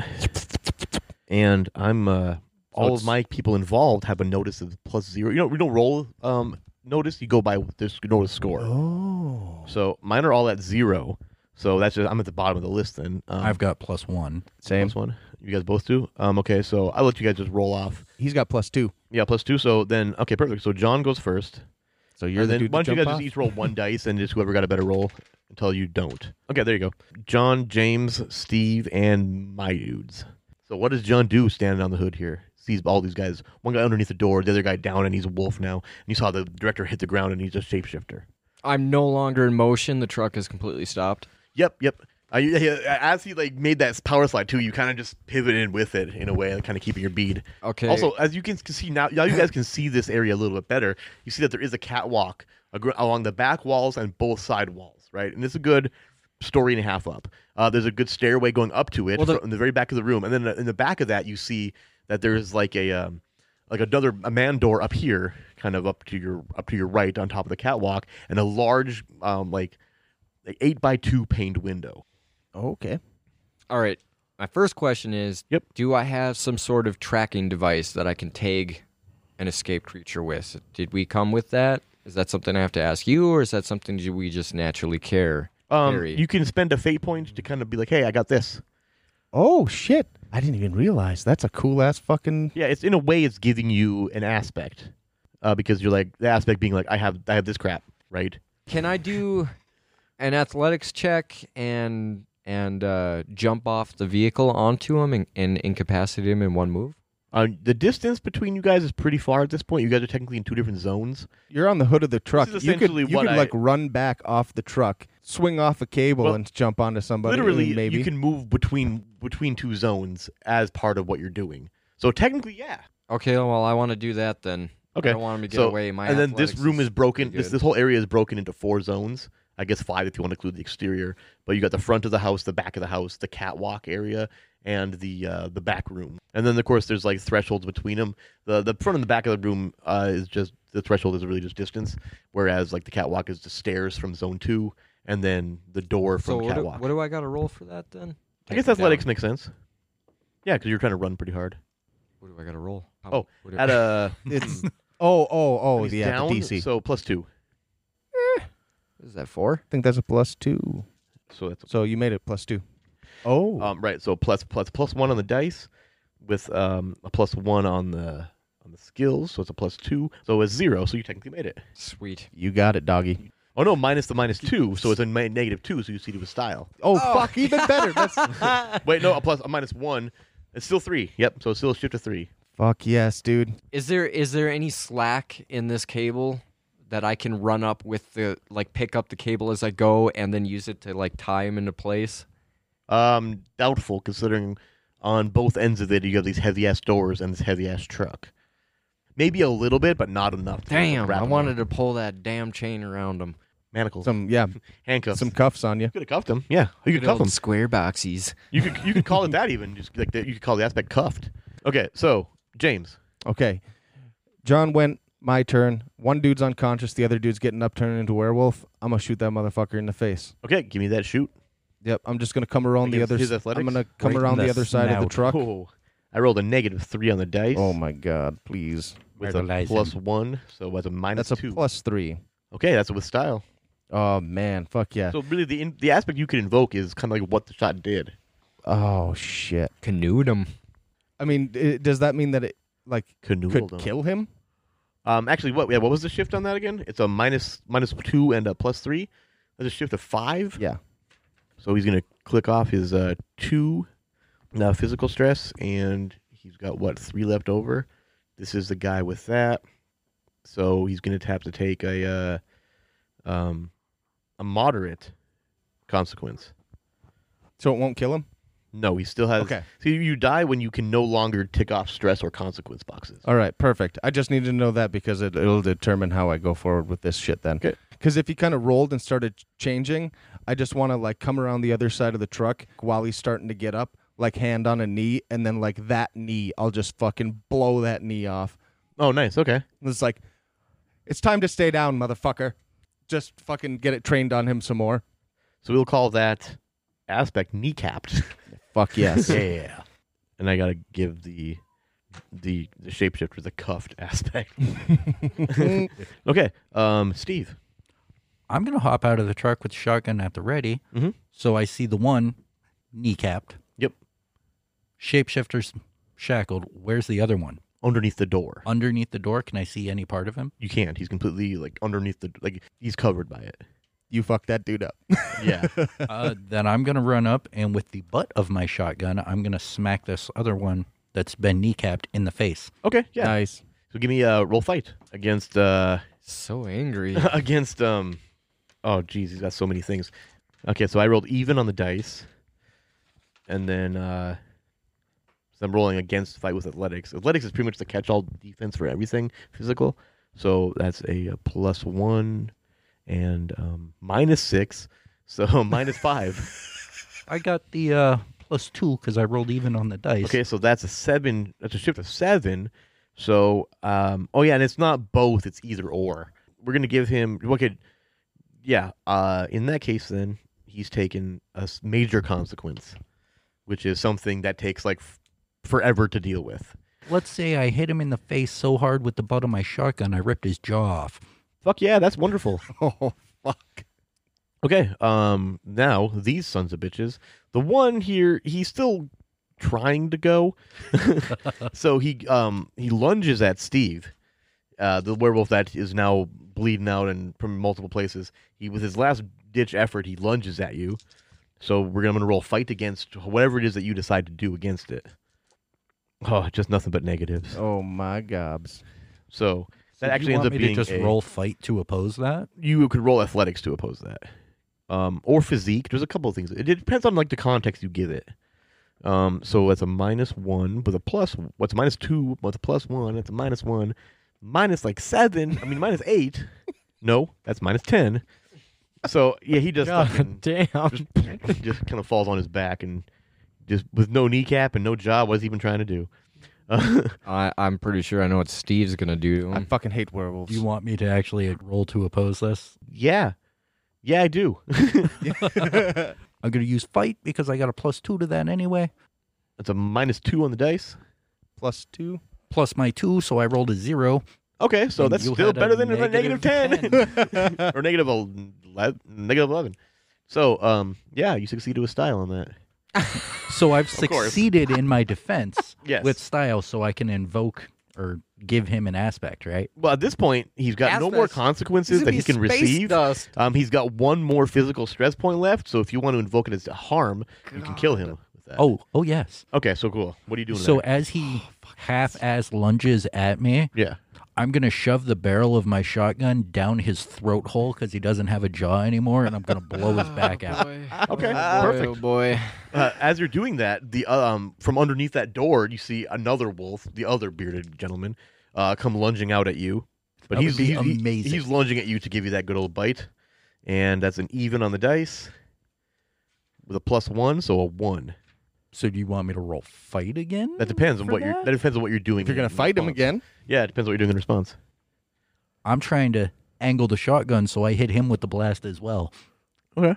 [SPEAKER 2] And I'm uh, all of
[SPEAKER 4] it's-
[SPEAKER 2] my people involved have a notice of plus zero. You know, we don't roll um notice. You go by this notice score.
[SPEAKER 4] Oh,
[SPEAKER 2] So mine are all at zero. So that's just I'm at the bottom of the list then. Um,
[SPEAKER 5] i've got plus one
[SPEAKER 4] same.
[SPEAKER 2] plus one. You guys both do. Um, okay. So I'll let you guys just roll off.
[SPEAKER 4] He's got plus two.
[SPEAKER 2] Yeah, plus two. So then okay, perfect. So John goes first.
[SPEAKER 4] So you're
[SPEAKER 2] and
[SPEAKER 4] the
[SPEAKER 2] then
[SPEAKER 4] dude.
[SPEAKER 2] why
[SPEAKER 4] that
[SPEAKER 2] don't you
[SPEAKER 4] jump
[SPEAKER 2] guys
[SPEAKER 4] off?
[SPEAKER 2] just each roll one dice and just whoever got a better roll until you don't. Okay, there you go. John, James, Steve, and my dudes. So what does John do standing on the hood here? Sees all these guys. One guy underneath the door, the other guy down, and he's a wolf now. And you saw the director hit the ground, and he's a shapeshifter.
[SPEAKER 3] I'm no longer in motion. The truck is completely stopped.
[SPEAKER 2] Yep, yep. Uh, you- yeah, as he like made that power slide too, you kind of just pivoted with it in a way, kind of keeping your bead.
[SPEAKER 3] Okay.
[SPEAKER 2] Also, as you can can see now, now you guys can see this area a little bit better. You see that there is a catwalk agr- along the back walls and both side walls, right? And it's a good story and a half up. Uh, there's a good stairway going up to it
[SPEAKER 3] Well, the-
[SPEAKER 2] fro- in the very back of the room, and then in the back of that, you see that there is like a um, like another a man door up here, kind of up to your up to your right on top of the catwalk, and a large um, like like eight by two paned window.
[SPEAKER 4] Oh, okay.
[SPEAKER 3] All right. My first question is
[SPEAKER 2] Yep.
[SPEAKER 3] Do I have some sort of tracking device that I can tag an escaped creature with? Did we come with that? Is that something I have to ask you, or is that something you- we just naturally care?
[SPEAKER 2] Um,
[SPEAKER 3] carry?
[SPEAKER 2] you can spend a fate point to kind of be like, hey, I got this.
[SPEAKER 4] Oh shit! I didn't even realize that's a cool ass fucking.
[SPEAKER 2] Yeah, it's in a way it's giving you an aspect, uh, because you're like the aspect being like, I have I have this crap, right?
[SPEAKER 3] Can I do an athletics check and and uh, jump off the vehicle onto him and, and incapacitate him in one move?
[SPEAKER 2] Uh, the distance between you guys is pretty far at this point. You guys are technically in two different zones.
[SPEAKER 4] You're on the hood of the truck.
[SPEAKER 2] This is
[SPEAKER 4] You could,
[SPEAKER 2] essentially
[SPEAKER 4] you
[SPEAKER 2] what
[SPEAKER 4] could
[SPEAKER 2] I-
[SPEAKER 4] like run back off the truck, swing off a cable,
[SPEAKER 2] Well,
[SPEAKER 4] and jump onto somebody.
[SPEAKER 2] Literally,
[SPEAKER 4] maybe.
[SPEAKER 2] you can move between between two zones as part of what you're doing. So technically, yeah.
[SPEAKER 3] Okay, well, I want to do that then.
[SPEAKER 2] Okay.
[SPEAKER 3] I don't want him to get
[SPEAKER 2] so,
[SPEAKER 3] away. My
[SPEAKER 2] and then this
[SPEAKER 3] athletics
[SPEAKER 2] room is broken.
[SPEAKER 3] pretty
[SPEAKER 2] This,
[SPEAKER 3] good.
[SPEAKER 2] this whole area is broken into four zones. I guess five if you want to include the exterior. But you got the front of the house, the back of the house, the catwalk area, and the uh, the back room. And then of course there's like thresholds between them. The the front and the back of the room uh, is just the threshold is really just distance, whereas like the catwalk is the stairs from zone two, and then the door
[SPEAKER 3] so
[SPEAKER 2] from
[SPEAKER 3] what do,
[SPEAKER 2] catwalk.
[SPEAKER 3] what do I got to roll for that then?
[SPEAKER 2] I guess
[SPEAKER 3] Take it
[SPEAKER 2] athletics
[SPEAKER 3] down.
[SPEAKER 2] makes sense. Yeah, because you're trying to run pretty hard.
[SPEAKER 3] What do I got to roll? How-
[SPEAKER 2] Oh,
[SPEAKER 3] what do-
[SPEAKER 2] At a
[SPEAKER 4] It's oh oh oh
[SPEAKER 2] he's
[SPEAKER 4] yeah
[SPEAKER 2] down,
[SPEAKER 4] the DC.
[SPEAKER 2] so plus two.
[SPEAKER 3] what is that for?
[SPEAKER 4] I think that's a plus two.
[SPEAKER 2] So that's
[SPEAKER 4] So you made it plus two. Oh,
[SPEAKER 2] Um, right. So plus plus plus one on the dice, with um, a plus one on the on the skills. So it's a plus two. So it's zero. So you technically made it.
[SPEAKER 3] Sweet.
[SPEAKER 4] you got it, doggy.
[SPEAKER 2] Oh no, minus the minus two. So it's a ma- negative two. So you see it was style.
[SPEAKER 4] Oh, fuck, even better. That's
[SPEAKER 2] Wait, no, a plus a minus one. It's still three. Yep. So it's still a shift to three.
[SPEAKER 4] fuck yes, dude.
[SPEAKER 3] Is there is there any slack in this cable that I can run up with the like pick up the cable as I go and then use it to like tie him into place?
[SPEAKER 2] Um, doubtful considering on both ends of it you have these heavy ass doors and this heavy ass truck. Maybe a little bit, but not enough. to
[SPEAKER 3] Damn,
[SPEAKER 2] wrap
[SPEAKER 3] I
[SPEAKER 2] them
[SPEAKER 3] wanted
[SPEAKER 2] up.
[SPEAKER 3] to pull that damn chain around him.
[SPEAKER 2] manacles,
[SPEAKER 4] Some yeah,
[SPEAKER 2] handcuffs.
[SPEAKER 4] some cuffs on you.
[SPEAKER 2] could have cuffed him. Yeah, you could cuff him.
[SPEAKER 3] square boxies.
[SPEAKER 2] You could you could call it that even just like that. You could call the aspect cuffed. Okay, so James,
[SPEAKER 4] Okay, John went. My turn. One dude's unconscious. The other dude's getting up, turning into werewolf. I'm gonna shoot that motherfucker in the face.
[SPEAKER 2] okay, give me that shoot.
[SPEAKER 4] Yep. I'm just gonna come around the
[SPEAKER 2] Against
[SPEAKER 4] other.
[SPEAKER 2] his
[SPEAKER 4] s- I'm
[SPEAKER 2] athletics?
[SPEAKER 4] gonna come
[SPEAKER 5] Right
[SPEAKER 4] around
[SPEAKER 5] in
[SPEAKER 4] the
[SPEAKER 5] the
[SPEAKER 4] other side of the
[SPEAKER 5] snout.
[SPEAKER 4] truck.
[SPEAKER 2] Oh, I rolled a negative three on the dice.
[SPEAKER 4] Oh my god, please.
[SPEAKER 2] with a
[SPEAKER 5] Fertilizer.
[SPEAKER 2] plus one, so it was a minus
[SPEAKER 4] That's a
[SPEAKER 2] two.
[SPEAKER 4] plus three.
[SPEAKER 2] Okay, that's with style.
[SPEAKER 4] Oh man, fuck yeah.
[SPEAKER 2] So really, the in, the aspect you could invoke is kind of like what the shot did.
[SPEAKER 4] oh shit.
[SPEAKER 3] Canoed him.
[SPEAKER 4] I mean, i does that mean that it like
[SPEAKER 2] Canoodled
[SPEAKER 4] could
[SPEAKER 2] him.
[SPEAKER 4] kill him?
[SPEAKER 2] Um, actually, what yeah, what was the shift on that again? It's a minus minus two and a plus three. That's a shift of five.
[SPEAKER 4] Yeah.
[SPEAKER 2] So he's gonna click off his uh, two uh, physical stress, and he's got what three left over. This is the guy with that, so he's gonna have to take a uh, um, a moderate consequence.
[SPEAKER 4] So it won't kill him.
[SPEAKER 2] No, he still has.
[SPEAKER 4] Okay.
[SPEAKER 2] So you- you die when you can no longer tick off stress or consequence boxes.
[SPEAKER 4] All right, perfect. I just need to know that because it, it'll determine how I go forward with this shit then.
[SPEAKER 2] Okay.
[SPEAKER 4] Because if he kind of rolled and started ch- changing, I just want to like come around the other side of the truck while he's starting to get up, like hand on a knee, and then like that knee, I'll just fucking blow that knee off.
[SPEAKER 2] Oh, nice. Okay.
[SPEAKER 4] It's like, it's time to stay down, motherfucker. Just fucking get it trained on him some more.
[SPEAKER 2] So we'll call that aspect kneecapped.
[SPEAKER 4] Fuck yes.
[SPEAKER 2] yeah. And I gotta give the the the shapeshifter the cuffed aspect. okay. Um Steve.
[SPEAKER 5] I'm gonna hop out of the truck with shotgun at the ready.
[SPEAKER 2] Mhm.
[SPEAKER 5] So I see the one kneecapped.
[SPEAKER 2] Yep.
[SPEAKER 5] Shapeshifter's shackled. Where's the other one?
[SPEAKER 2] Underneath the door.
[SPEAKER 5] Underneath the door. Can I see any part of him?
[SPEAKER 2] You can't. He's completely like underneath the like he's covered by it.
[SPEAKER 4] you fuck that dude up.
[SPEAKER 2] Yeah.
[SPEAKER 5] uh, then I'm gonna run up and with the butt of my shotgun, I'm gonna smack this other one that's been kneecapped in the face.
[SPEAKER 2] okay, yeah.
[SPEAKER 4] Nice.
[SPEAKER 2] So give me a roll fight against uh
[SPEAKER 3] So angry.
[SPEAKER 2] against um oh geez, he's got so many things. Okay, so I rolled even on the dice. And then uh so I'm rolling against fight with athletics. Athletics is pretty much the catch all defense for everything physical. So that's a uh, plus one and um minus six. So minus five.
[SPEAKER 5] I got the uh, plus two because I rolled even on the dice.
[SPEAKER 2] Okay, so that's a seven that's a shift of seven. So um oh yeah, and it's not both, it's either or. We're gonna give him what could yeah, uh in that case then he's taken a s- major consequence, which is something that takes like f- forever to deal with.
[SPEAKER 5] Let's say I hit him in the face so hard with the butt of my shotgun, I ripped his jaw off.
[SPEAKER 2] Fuck yeah, that's wonderful.
[SPEAKER 4] Oh, fuck.
[SPEAKER 2] Okay. Um. Now these sons of bitches. The one here, he's still trying to go, so he um he lunges at Steve, uh, the werewolf that is now bleeding out and from multiple places. He with his last ditch effort, he lunges at you. So we're going to roll fight against whatever it is that you decide to do against it. Oh, just nothing but negatives.
[SPEAKER 4] Oh my gobs.
[SPEAKER 2] So that
[SPEAKER 5] So
[SPEAKER 2] actually
[SPEAKER 5] you
[SPEAKER 2] ends
[SPEAKER 5] want
[SPEAKER 2] up
[SPEAKER 5] me
[SPEAKER 2] being
[SPEAKER 5] to just
[SPEAKER 2] a-
[SPEAKER 5] roll fight to oppose that.
[SPEAKER 2] you could roll athletics to oppose that, um, or physique. There's a couple of things. It depends on like the context you give it. Um, so it's a minus one with a plus. What's a minus two? What's a plus one? It's a minus one, minus like seven. I mean minus eight. No, that's minus ten. So yeah, he just fucking-
[SPEAKER 3] God damn.
[SPEAKER 2] just, just kind of falls on his back and just with no kneecap and no jaw. What's he even trying to do?
[SPEAKER 3] I, I'm pretty sure I know what Steve's gonna do. to him.
[SPEAKER 4] I fucking hate werewolves.
[SPEAKER 5] You want me to actually roll to oppose this?
[SPEAKER 2] yeah, yeah, I do.
[SPEAKER 5] I'm going to use fight because I got a plus two to that anyway.
[SPEAKER 2] That's a minus two on the dice.
[SPEAKER 4] Plus two.
[SPEAKER 5] Plus my two, so I rolled a zero.
[SPEAKER 2] Okay, so
[SPEAKER 5] and
[SPEAKER 2] that's
[SPEAKER 5] you
[SPEAKER 2] still
[SPEAKER 5] had a
[SPEAKER 2] better than a negative ten,
[SPEAKER 5] 10.
[SPEAKER 2] or negative eleven. Negative eleven. So, um, yeah, you succeed with style on that.
[SPEAKER 5] So I've
[SPEAKER 2] Of course.
[SPEAKER 5] succeeded in my defense
[SPEAKER 2] Yes.
[SPEAKER 5] with style, so I can invoke or give him an aspect, right?
[SPEAKER 2] Well, at this point, he's got no more
[SPEAKER 3] Aspects.
[SPEAKER 2] consequences that he can receive.
[SPEAKER 3] Dust.
[SPEAKER 2] Um, he's got one more physical stress point left. So, if you want to invoke it as harm, you can kill him with that.
[SPEAKER 5] Oh, oh yes.
[SPEAKER 2] okay, so cool. What are Uh, you doing?
[SPEAKER 5] So
[SPEAKER 2] there?
[SPEAKER 5] as he half ass lunges at me,
[SPEAKER 2] yeah,
[SPEAKER 5] I'm gonna shove the barrel of my shotgun down his throat hole because he doesn't have a jaw anymore, and I'm gonna blow his back out.
[SPEAKER 2] Okay,
[SPEAKER 3] oh, boy,
[SPEAKER 2] perfect.
[SPEAKER 3] Oh boy.
[SPEAKER 2] uh, as you're doing that, the um from underneath that door, you see another wolf, the other bearded gentleman, uh, come lunging out at you. But
[SPEAKER 5] That
[SPEAKER 2] he's
[SPEAKER 5] would be
[SPEAKER 2] he's- he-
[SPEAKER 5] amazing.
[SPEAKER 2] He's lunging at you to give you that good old bite, and that's an even on the dice with a plus one, so a one.
[SPEAKER 5] So do you want me to roll fight again?
[SPEAKER 2] That depends on
[SPEAKER 5] for
[SPEAKER 2] what you're.
[SPEAKER 5] that?
[SPEAKER 2] That depends on what you're doing.
[SPEAKER 4] If you're gonna
[SPEAKER 2] in
[SPEAKER 4] fight him
[SPEAKER 2] response.
[SPEAKER 4] again,
[SPEAKER 2] yeah, it depends what you're doing in response.
[SPEAKER 5] I'm trying to angle the shotgun so I hit him with the blast as well.
[SPEAKER 2] Okay.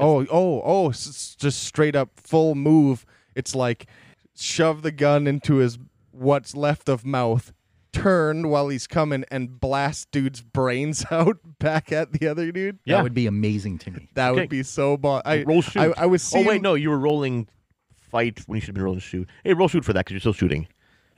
[SPEAKER 4] Oh, oh, oh! s- s- Just straight up full move. It's like shove the gun into his what's left of mouth, turn while he's coming, and blast dude's brains out back at the other dude.
[SPEAKER 2] Yeah.
[SPEAKER 5] That would be amazing to me.
[SPEAKER 4] That
[SPEAKER 2] Okay.
[SPEAKER 4] would be so bon- I
[SPEAKER 2] roll shoot.
[SPEAKER 4] I, I was.
[SPEAKER 2] oh
[SPEAKER 4] Seeing,
[SPEAKER 2] wait, no, you were rolling fight when you should have been rolling shoot. Hey, roll shoot for that because you're still shooting.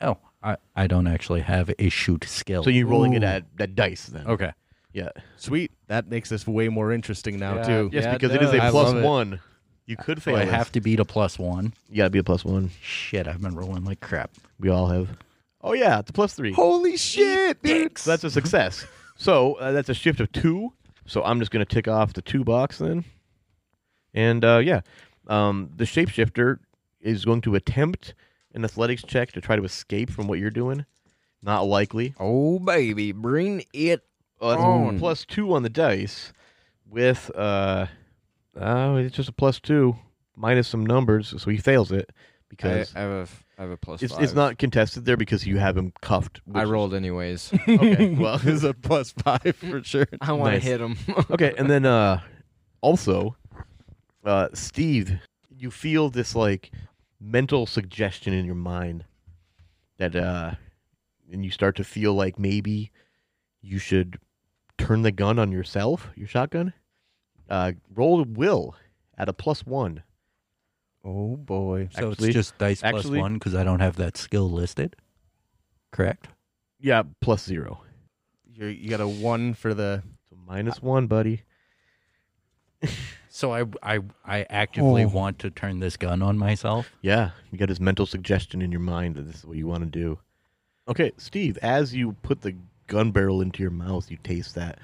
[SPEAKER 5] Oh, I, I don't actually have a shoot skill.
[SPEAKER 2] So you're rolling it
[SPEAKER 5] Ooh.
[SPEAKER 2] at that dice then.
[SPEAKER 4] Oh.
[SPEAKER 5] Okay.
[SPEAKER 2] Yeah.
[SPEAKER 4] Sweet. That makes this way more interesting now
[SPEAKER 3] Yeah.
[SPEAKER 4] too.
[SPEAKER 2] Yes,
[SPEAKER 3] Yeah, it
[SPEAKER 2] because it is a
[SPEAKER 4] does. I
[SPEAKER 2] plus
[SPEAKER 4] love it.
[SPEAKER 2] one. You could
[SPEAKER 5] So
[SPEAKER 2] fail.
[SPEAKER 5] I
[SPEAKER 2] this.
[SPEAKER 5] have to beat a plus one.
[SPEAKER 2] You gotta be a plus one.
[SPEAKER 5] Shit, I've been rolling like crap.
[SPEAKER 2] We all have. Oh yeah, it's a plus three.
[SPEAKER 4] Holy shit, dude!
[SPEAKER 2] So that's a success. so uh, that's a shift of two. So I'm just gonna tick off the two box then, and uh, yeah, um, the shapeshifter is going to attempt an athletics check to try to escape from what you're doing. Not likely.
[SPEAKER 3] Oh baby, bring it
[SPEAKER 2] Oh, that's
[SPEAKER 3] on.
[SPEAKER 2] plus two on the dice with uh oh it's just a plus two minus some numbers, so he fails it
[SPEAKER 3] I,
[SPEAKER 2] because
[SPEAKER 3] I have a f- I have a plus
[SPEAKER 2] it's,
[SPEAKER 3] five.
[SPEAKER 2] it's not contested there because you have him cuffed.
[SPEAKER 3] I
[SPEAKER 2] which is-
[SPEAKER 3] rolled anyways.
[SPEAKER 2] Okay, well,
[SPEAKER 4] This is a plus five for sure.
[SPEAKER 3] I want
[SPEAKER 2] Nice.
[SPEAKER 3] to hit him.
[SPEAKER 2] okay, and then uh, also, uh, Steve, you feel this like mental suggestion in your mind that, uh, and you start to feel like maybe you should turn the gun on yourself, your shotgun. Uh, roll will at a plus one.
[SPEAKER 4] Oh boy.
[SPEAKER 5] So
[SPEAKER 2] Actually-
[SPEAKER 5] it's just dice
[SPEAKER 2] actually-
[SPEAKER 5] plus one because I don't have that skill listed. Correct.
[SPEAKER 2] Yeah, plus zero.
[SPEAKER 4] You're, you got a one for the.
[SPEAKER 2] So minus one, buddy.
[SPEAKER 5] So I I I actively
[SPEAKER 4] Oh.
[SPEAKER 5] want to turn this gun on myself.
[SPEAKER 2] Yeah, you got this mental suggestion in your mind that this is what you want to do. Okay, Steve, as you put the gun barrel into your mouth, you taste that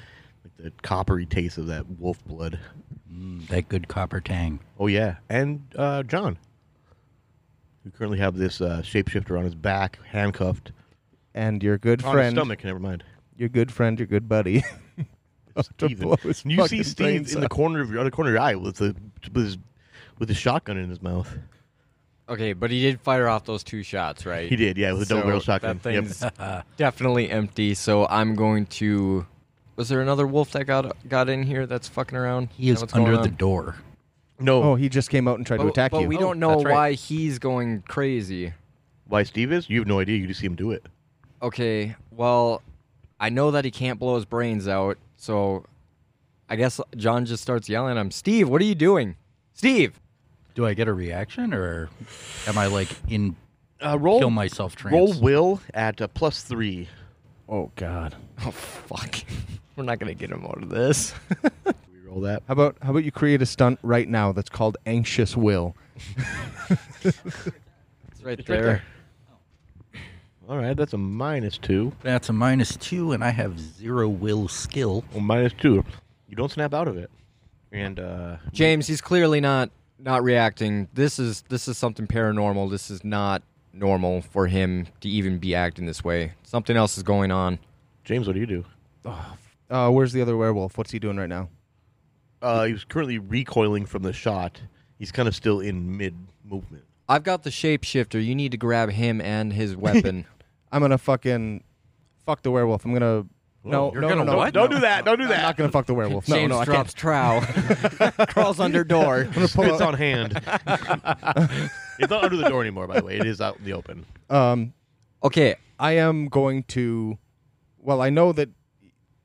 [SPEAKER 2] like the coppery taste of that wolf blood.
[SPEAKER 5] Mm, that good copper tang.
[SPEAKER 2] Oh yeah, and uh, John, you currently have this uh, shapeshifter on his back, handcuffed
[SPEAKER 4] And your good
[SPEAKER 2] on his
[SPEAKER 4] friend,
[SPEAKER 2] stomach. Never mind.
[SPEAKER 4] your good friend, your good buddy. to
[SPEAKER 2] Steven.
[SPEAKER 4] blow his
[SPEAKER 2] You see
[SPEAKER 4] fucking
[SPEAKER 2] Steve
[SPEAKER 4] brains
[SPEAKER 2] in the
[SPEAKER 4] out.
[SPEAKER 2] corner of your other corner of your eye with the with his, with his shotgun in his mouth.
[SPEAKER 3] okay, but he did fire off those two shots, right?
[SPEAKER 2] He did, yeah, with a double
[SPEAKER 3] So
[SPEAKER 2] barrel shotgun.
[SPEAKER 3] That
[SPEAKER 2] Yep.
[SPEAKER 3] thing's definitely empty. So I'm going to. Was there another wolf that got got in here that's fucking around?
[SPEAKER 5] He is
[SPEAKER 3] Is that what's
[SPEAKER 5] under
[SPEAKER 3] going
[SPEAKER 5] the
[SPEAKER 3] on?
[SPEAKER 5] door.
[SPEAKER 2] No,
[SPEAKER 4] Oh, he just came out and tried to
[SPEAKER 3] But-
[SPEAKER 4] attack
[SPEAKER 3] but
[SPEAKER 4] you.
[SPEAKER 3] we
[SPEAKER 4] Oh,
[SPEAKER 3] don't know
[SPEAKER 5] that's right.
[SPEAKER 3] why he's going crazy.
[SPEAKER 2] why Steve is? You have no idea. You just see him do it.
[SPEAKER 3] Okay, well, I know that he can't blow his brains out, so I guess John just starts yelling at him, Steve, what are you doing? Steve!
[SPEAKER 5] Do I get a reaction or am I like in
[SPEAKER 2] Uh, roll
[SPEAKER 5] kill myself trance?
[SPEAKER 2] Roll will at a plus three.
[SPEAKER 4] Oh God.
[SPEAKER 3] Oh, fuck. We're not going to get him out of this.
[SPEAKER 2] Roll that.
[SPEAKER 4] How about how about you create a stunt right now that's called Anxious Will?
[SPEAKER 3] It's right
[SPEAKER 2] It's right
[SPEAKER 3] there.
[SPEAKER 2] there. All right, that's a minus two.
[SPEAKER 5] That's a minus two, and I have zero will skill.
[SPEAKER 2] Well, minus two. You don't snap out of it. And uh,
[SPEAKER 3] James, he's clearly not not reacting. This is this is something paranormal. This is not normal for him to even be acting this way. Something else is going on.
[SPEAKER 2] James, what do you do?
[SPEAKER 4] Uh, where's the other werewolf? What's he doing right now?
[SPEAKER 2] Uh, he was currently recoiling from the shot. He's kind of still in mid movement.
[SPEAKER 3] I've got the shapeshifter. You need to grab him and his weapon.
[SPEAKER 4] I'm gonna fucking fuck the werewolf. I'm gonna no
[SPEAKER 2] you're
[SPEAKER 4] no no,
[SPEAKER 5] gonna
[SPEAKER 4] no,
[SPEAKER 5] what?
[SPEAKER 4] no,
[SPEAKER 2] Don't do that. Don't do
[SPEAKER 4] I'm not
[SPEAKER 2] that.
[SPEAKER 4] gonna fuck the werewolf. No
[SPEAKER 3] James
[SPEAKER 4] no I can't.
[SPEAKER 3] drops trow, crawls under door.
[SPEAKER 2] It's on hand. it's not under the door anymore, by the way. It is out in the open.
[SPEAKER 4] Um,
[SPEAKER 3] Okay,
[SPEAKER 4] I am going to. Well, I know that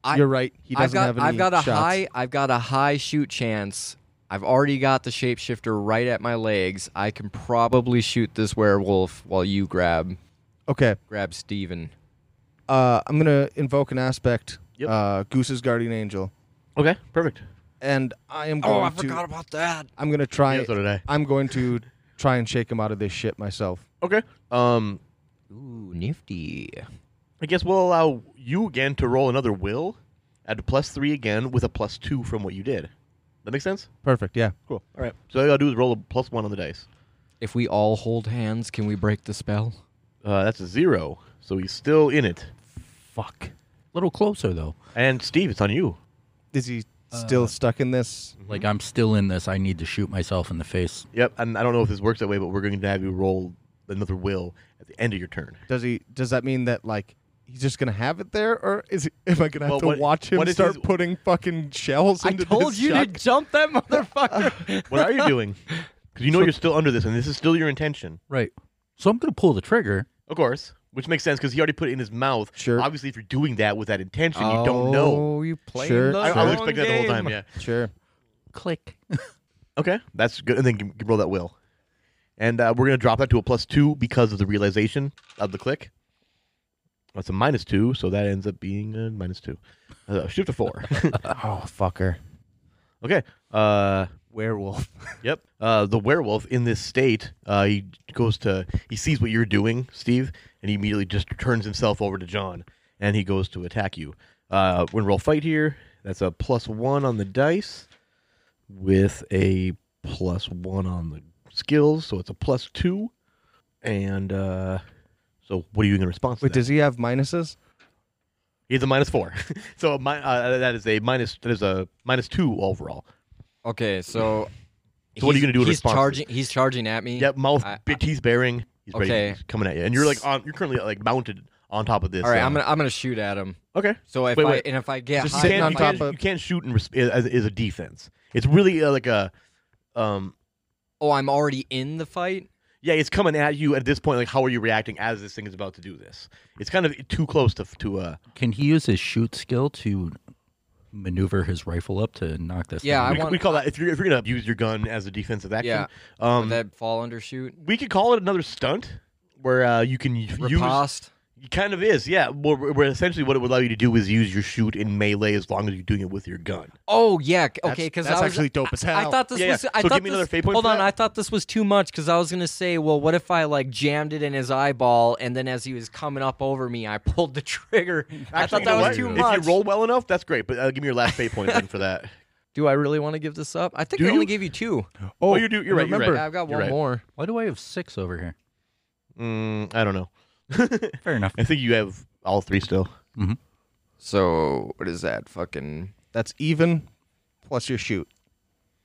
[SPEAKER 3] I-
[SPEAKER 4] you're right. He doesn't
[SPEAKER 3] I've got
[SPEAKER 4] have any
[SPEAKER 3] I've got a
[SPEAKER 4] shots.
[SPEAKER 3] high I've got a high shoot chance. I've already got the shapeshifter right at my legs. I can probably shoot this werewolf while you grab
[SPEAKER 4] Okay,
[SPEAKER 3] grab Steven.
[SPEAKER 4] uh, I'm gonna invoke an aspect.
[SPEAKER 2] Yep.
[SPEAKER 4] Uh, Goose's guardian angel,
[SPEAKER 2] Okay, perfect.
[SPEAKER 4] and I am
[SPEAKER 3] Oh,
[SPEAKER 2] Oh,
[SPEAKER 4] going to.
[SPEAKER 3] about that.
[SPEAKER 4] I'm gonna try.
[SPEAKER 2] Yeah, so did I.
[SPEAKER 4] I'm going to try and shake him out of this shit myself.
[SPEAKER 2] Okay. Um,
[SPEAKER 3] Ooh, nifty.
[SPEAKER 2] I guess we'll allow you again to roll another will at a plus three again with a plus two from what you did. That makes sense?
[SPEAKER 4] Perfect. Yeah.
[SPEAKER 2] Cool. All right. So all you gotta do is roll a plus one on the dice.
[SPEAKER 3] If we all hold hands, can we break the spell?
[SPEAKER 2] Uh, that's a zero. So he's still in it.
[SPEAKER 5] Fuck. little closer though.
[SPEAKER 2] And Steve, it's on you.
[SPEAKER 4] Is he still stuck in this?
[SPEAKER 5] Like I'm still in this. I need to shoot myself in the face.
[SPEAKER 2] Yep. And I don't know if this works that way, but we're going to have you roll another will at the end of your turn.
[SPEAKER 4] Does he? Does that mean that like he's just gonna have it there, or is he, am I gonna have
[SPEAKER 2] Well,
[SPEAKER 4] to
[SPEAKER 2] what-
[SPEAKER 4] watch him
[SPEAKER 2] what is
[SPEAKER 4] start
[SPEAKER 2] his-
[SPEAKER 4] putting fucking shells into this chuck?
[SPEAKER 3] jump that motherfucker.
[SPEAKER 2] What are you doing? Because you know you're still under this, and this is still your intention.
[SPEAKER 5] Right. So I'm gonna pull the trigger.
[SPEAKER 2] Of course. Which makes sense because he already put it in his mouth.
[SPEAKER 4] Sure.
[SPEAKER 2] Obviously, if you're doing that with that intention, you don't know.
[SPEAKER 3] Oh, you playing
[SPEAKER 4] Sure,
[SPEAKER 3] the
[SPEAKER 2] I, I was
[SPEAKER 3] long
[SPEAKER 2] expecting that the whole time.
[SPEAKER 3] game.
[SPEAKER 2] Yeah.
[SPEAKER 4] Sure.
[SPEAKER 5] Click.
[SPEAKER 2] Okay, that's good. And then g- roll that will, and uh, we're gonna drop that to a plus two because of the realization of the click. That's a minus two, so that ends up being a minus two. Uh, shift to four.
[SPEAKER 4] Oh fucker.
[SPEAKER 2] okay. Uh,
[SPEAKER 4] Werewolf.
[SPEAKER 2] Yep. Uh, the werewolf in this state, uh, he goes to, he sees what you're doing, Steve, and he immediately just turns himself over to John, and he goes to attack you. Uh, we're gonna roll fight here. That's a plus one on the dice, with a plus one on the skills, so it's a plus two. And uh, so, what are you in response?
[SPEAKER 4] Wait,
[SPEAKER 2] to that?
[SPEAKER 4] does he have minuses?
[SPEAKER 2] He's a minus four, so a mi- uh, that is a minus. That is a minus two overall.
[SPEAKER 3] Okay, so.
[SPEAKER 2] So what are you
[SPEAKER 3] he's-
[SPEAKER 2] gonna do in
[SPEAKER 3] he's
[SPEAKER 2] response to
[SPEAKER 3] Charging, he's charging at me.
[SPEAKER 2] Yep, mouth,
[SPEAKER 3] I-
[SPEAKER 2] big teeth bearing. He's ready.
[SPEAKER 3] Okay.
[SPEAKER 2] He's coming at you, and you're like on. You're currently like mounted on top of this.
[SPEAKER 3] All right,
[SPEAKER 2] uh,
[SPEAKER 3] I'm gonna I'm gonna shoot at him.
[SPEAKER 2] Okay.
[SPEAKER 3] So if
[SPEAKER 2] Wait,
[SPEAKER 3] I
[SPEAKER 2] wait.
[SPEAKER 3] and if I get
[SPEAKER 2] Just
[SPEAKER 3] high
[SPEAKER 2] you
[SPEAKER 4] sitting
[SPEAKER 2] can't,
[SPEAKER 4] on
[SPEAKER 2] you
[SPEAKER 4] top
[SPEAKER 2] can't-
[SPEAKER 4] of-
[SPEAKER 2] you can't shoot and res- as, as a defense. It's really uh, like a, um,
[SPEAKER 3] oh, I'm already in the fight.
[SPEAKER 2] yeah, it's coming at you at this point. Like, how are you reacting as this thing is about to do this? It's kind of too close to to uh.
[SPEAKER 5] Can he use his shoot skill to maneuver his rifle up to knock this?
[SPEAKER 3] Yeah,
[SPEAKER 5] thing
[SPEAKER 3] I
[SPEAKER 2] we,
[SPEAKER 5] out?
[SPEAKER 3] want-
[SPEAKER 2] we call that if you're if you're gonna use your gun as a defensive action.
[SPEAKER 3] Yeah.
[SPEAKER 2] Um,
[SPEAKER 3] Would that fall under shoot?
[SPEAKER 2] we could call it another stunt where uh you can use
[SPEAKER 3] Riposte.
[SPEAKER 2] It kind of is, yeah. Well, where where essentially what it would allow you to do is use your shoot in melee as long as you're doing it with your gun.
[SPEAKER 3] Oh yeah. c- Okay, because
[SPEAKER 4] that's
[SPEAKER 3] I was,
[SPEAKER 4] actually dope as
[SPEAKER 3] I- I
[SPEAKER 4] hell.
[SPEAKER 3] thought this
[SPEAKER 2] Yeah, yeah.
[SPEAKER 3] was. I
[SPEAKER 2] So
[SPEAKER 3] thought
[SPEAKER 2] give me another
[SPEAKER 3] this-
[SPEAKER 2] fate point
[SPEAKER 3] Hold
[SPEAKER 2] for
[SPEAKER 3] on,
[SPEAKER 2] that?
[SPEAKER 3] I thought this was too much because I was gonna say, well, what if I like jammed it in his eyeball and then as he was coming up over me, I pulled the trigger. I
[SPEAKER 2] Actually,
[SPEAKER 3] thought
[SPEAKER 2] you
[SPEAKER 3] that
[SPEAKER 2] know
[SPEAKER 3] was
[SPEAKER 2] what?
[SPEAKER 3] too
[SPEAKER 2] if
[SPEAKER 3] much.
[SPEAKER 2] If you roll well enough, that's great. But uh, give me your last fate point then for that.
[SPEAKER 3] do I really want to give this up? I think
[SPEAKER 2] Do
[SPEAKER 3] I only
[SPEAKER 2] you?
[SPEAKER 3] gave you two.
[SPEAKER 2] Oh, you do. You're right.
[SPEAKER 4] remember,
[SPEAKER 2] you're
[SPEAKER 3] Yeah,
[SPEAKER 2] right.
[SPEAKER 3] I've got
[SPEAKER 2] You're
[SPEAKER 3] one
[SPEAKER 2] right.
[SPEAKER 3] more.
[SPEAKER 5] Why do I have six over here?
[SPEAKER 2] Mm, I don't know.
[SPEAKER 5] Fair enough.
[SPEAKER 2] I think you have all three still.
[SPEAKER 3] So what is that? Fucking
[SPEAKER 4] That's even plus your shoot.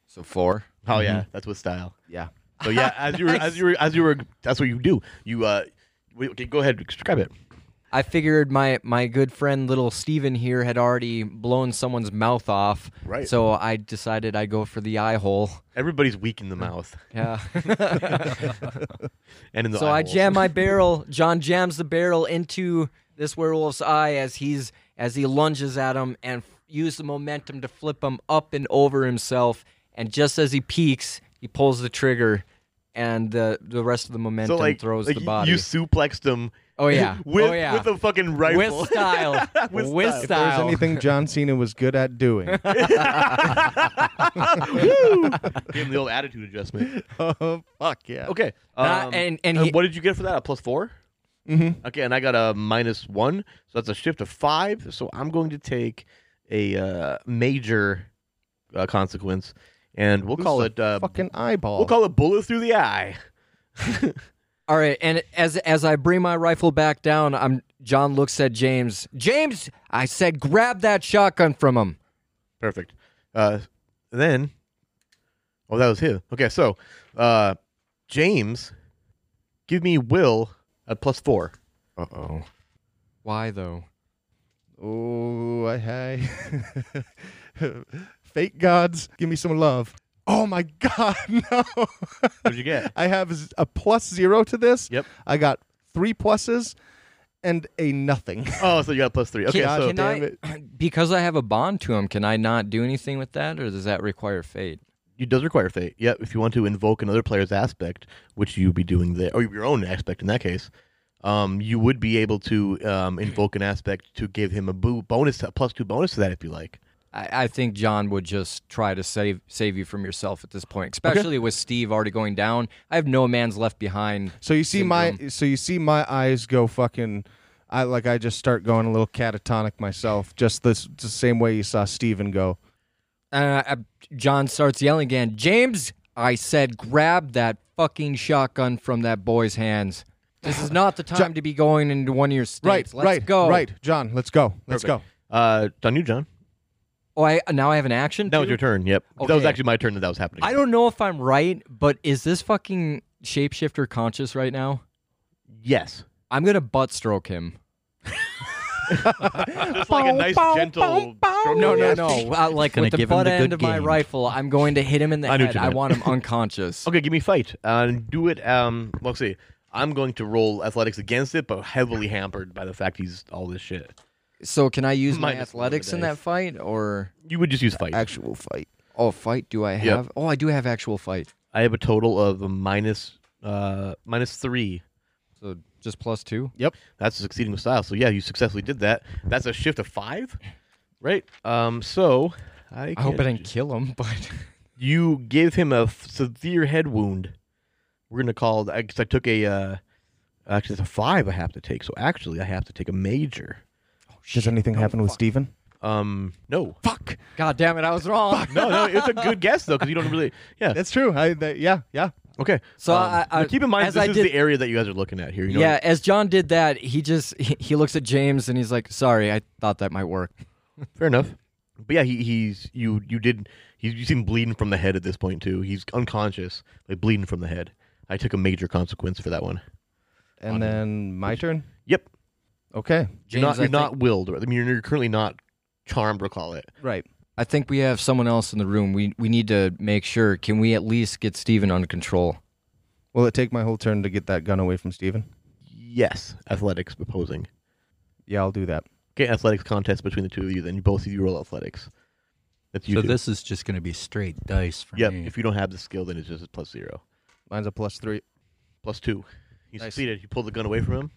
[SPEAKER 3] so four.
[SPEAKER 2] Oh
[SPEAKER 3] Mm-hmm.
[SPEAKER 2] yeah, that's with style.
[SPEAKER 4] Yeah.
[SPEAKER 2] So yeah, as you were, as you were, as you were, that's what you do. You uh, wait, okay, go ahead, describe it.
[SPEAKER 3] I figured my my good friend little Steven here had already blown someone's mouth off.
[SPEAKER 2] Right.
[SPEAKER 3] So I decided I'd go for the eye hole.
[SPEAKER 2] Everybody's weak
[SPEAKER 3] Mm.
[SPEAKER 2] in the mouth
[SPEAKER 3] Yeah.
[SPEAKER 2] and in the.
[SPEAKER 3] so
[SPEAKER 2] eye
[SPEAKER 3] I
[SPEAKER 2] holes.
[SPEAKER 3] jam my barrel. John jams the barrel into this werewolf's eye as he's as he lunges at him and f- use the momentum to flip him up and over himself. And just as he peaks, he pulls the trigger and the the rest of the momentum
[SPEAKER 2] So like,
[SPEAKER 3] throws
[SPEAKER 2] like
[SPEAKER 3] the
[SPEAKER 2] y-
[SPEAKER 3] body.
[SPEAKER 2] you suplexed him.
[SPEAKER 3] oh yeah,
[SPEAKER 2] With,
[SPEAKER 3] oh yeah,
[SPEAKER 2] with a fucking rifle.
[SPEAKER 3] With style, with,
[SPEAKER 2] With style.
[SPEAKER 4] If there's
[SPEAKER 3] style.
[SPEAKER 4] anything John Cena was good at doing,
[SPEAKER 2] Give him the old attitude adjustment.
[SPEAKER 4] oh, fuck yeah.
[SPEAKER 2] Okay.
[SPEAKER 3] Nah,
[SPEAKER 2] um,
[SPEAKER 3] and- and he-
[SPEAKER 2] what did you get for that? A plus four? Mm-hmm. Okay, and I got a minus one, so that's a shift of five. So I'm going to take a uh, major uh, consequence, and we'll call it uh,
[SPEAKER 4] Fucking eyeball.
[SPEAKER 2] we'll call it bullet through the eye.
[SPEAKER 3] All right, and as as I bring my rifle back down, I'm John looks at James. James, I said, grab that shotgun from him.
[SPEAKER 2] Perfect. Uh, then, oh, that was him. Okay, so uh, James, give me Will a plus four.
[SPEAKER 1] Uh oh.
[SPEAKER 3] Why though?
[SPEAKER 4] Oh, I, I fake gods, give me some love. Oh my god, no!
[SPEAKER 2] What'd you get?
[SPEAKER 4] I have z- a plus zero to this.
[SPEAKER 2] Yep.
[SPEAKER 4] I got three pluses and a nothing.
[SPEAKER 2] Oh, so you got a plus three. Okay,
[SPEAKER 3] Can-
[SPEAKER 2] so
[SPEAKER 3] can I, because I have a bond to him, can I not do anything with that, or does that require fate?
[SPEAKER 2] it does require fate. Yeah, if you want to invoke another player's aspect, which you'd be doing there, or your own aspect in that case, um, you would be able to um, invoke an aspect to give him a boo bonus, a plus two bonus to that if you like.
[SPEAKER 3] I, I think John would just try to save save you from yourself at this point, especially with Steve already going down. I have no man's left behind.
[SPEAKER 4] So you see my, so you see my eyes go fucking. I like I just start going a little catatonic myself, just this the same way you saw Steven go.
[SPEAKER 3] Uh, I, John starts yelling again. James, I said, grab that fucking shotgun from that boy's hands. This is not the time to be going into one of your
[SPEAKER 4] Right,
[SPEAKER 3] states. Let's
[SPEAKER 4] right,
[SPEAKER 3] go.
[SPEAKER 4] right. John, let's go, let's go.
[SPEAKER 2] Uh, on you, John.
[SPEAKER 3] Oh, I now I have an action.
[SPEAKER 2] That was
[SPEAKER 3] too?
[SPEAKER 2] your turn. Yep, that was
[SPEAKER 3] Okay.
[SPEAKER 2] actually my turn that that was happening.
[SPEAKER 3] I don't know if I'm right, but is this fucking shapeshifter conscious right now?
[SPEAKER 2] Yes.
[SPEAKER 3] I'm gonna butt stroke him.
[SPEAKER 2] Just like a nice gentle. stroke.
[SPEAKER 3] No, no, no. Uh, like
[SPEAKER 5] Gonna
[SPEAKER 3] with the
[SPEAKER 5] give him
[SPEAKER 3] butt
[SPEAKER 5] the
[SPEAKER 3] end
[SPEAKER 5] good
[SPEAKER 3] of my
[SPEAKER 5] game.
[SPEAKER 3] rifle, I'm going to hit him in the
[SPEAKER 2] I knew what
[SPEAKER 3] head.
[SPEAKER 2] you
[SPEAKER 3] I
[SPEAKER 2] meant.
[SPEAKER 3] want him unconscious.
[SPEAKER 2] Okay, give me fight. Uh, do it. Um, let's see. I'm going to roll athletics against it, but heavily hampered by the fact he's all this shit.
[SPEAKER 3] So can I use my
[SPEAKER 2] Minus one of the
[SPEAKER 3] athletics in that
[SPEAKER 2] dice.
[SPEAKER 3] fight or
[SPEAKER 2] You would just use fight.
[SPEAKER 4] Actual fight.
[SPEAKER 3] oh fight do I have? Oh, I do have actual fight.
[SPEAKER 2] I have a total of a minus uh minus three.
[SPEAKER 3] So just plus two.
[SPEAKER 2] That's succeeding with style. So yeah, you successfully did that. That's a shift of five, right? Um, so I,
[SPEAKER 3] I hope
[SPEAKER 2] can't-
[SPEAKER 3] I didn't kill him, but
[SPEAKER 2] You give him a f- severe head wound. We're gonna call. I guess I took a. Uh, actually, it's a five. I have to take. So actually, I have to take a major.
[SPEAKER 4] Does anything happen with Steven?
[SPEAKER 2] Um, no.
[SPEAKER 4] Fuck.
[SPEAKER 3] God damn it, I was wrong.
[SPEAKER 2] No, no, it's a good guess though, because you don't really. Yeah.
[SPEAKER 4] That's true. I that, yeah, yeah.
[SPEAKER 2] Okay.
[SPEAKER 3] So
[SPEAKER 2] Um,
[SPEAKER 3] I- I-
[SPEAKER 2] now keep in mind
[SPEAKER 3] as
[SPEAKER 2] this
[SPEAKER 3] I
[SPEAKER 2] is
[SPEAKER 3] did-
[SPEAKER 2] the area that you guys are looking at here. You know
[SPEAKER 3] yeah, as John did that, he just he, he looks at James and he's like, "Sorry, I thought that might work."
[SPEAKER 2] Fair enough. But yeah, he, he's you you did he's you seen bleeding from the head at this point too. He's unconscious, like bleeding from the head. I took a major consequence for that one.
[SPEAKER 4] And then my turn.
[SPEAKER 2] Yep.
[SPEAKER 4] Okay.
[SPEAKER 3] James,
[SPEAKER 2] you're not
[SPEAKER 3] I,
[SPEAKER 2] you're
[SPEAKER 3] think,
[SPEAKER 2] not willed. or- I mean, you're, you're currently not charmed. We'll call it.
[SPEAKER 4] Right.
[SPEAKER 3] I think we have someone else in the room. We we need to make sure. Can we at least get Steven under control?
[SPEAKER 4] Will it take my whole turn to get that gun away from Steven?
[SPEAKER 2] Yes, athletics opposing.
[SPEAKER 4] Yeah, I'll do that.
[SPEAKER 2] Okay, athletics contest between the two of you. Then you both of you roll athletics. That's you.
[SPEAKER 5] So
[SPEAKER 2] two.
[SPEAKER 5] this is just going to be straight dice for
[SPEAKER 2] Yep.
[SPEAKER 5] me.
[SPEAKER 2] If you don't have the skill, then it's just a plus zero,
[SPEAKER 4] Mine's a plus three.
[SPEAKER 2] plus two. You
[SPEAKER 4] Nice.
[SPEAKER 2] succeeded. You pulled the gun away from him.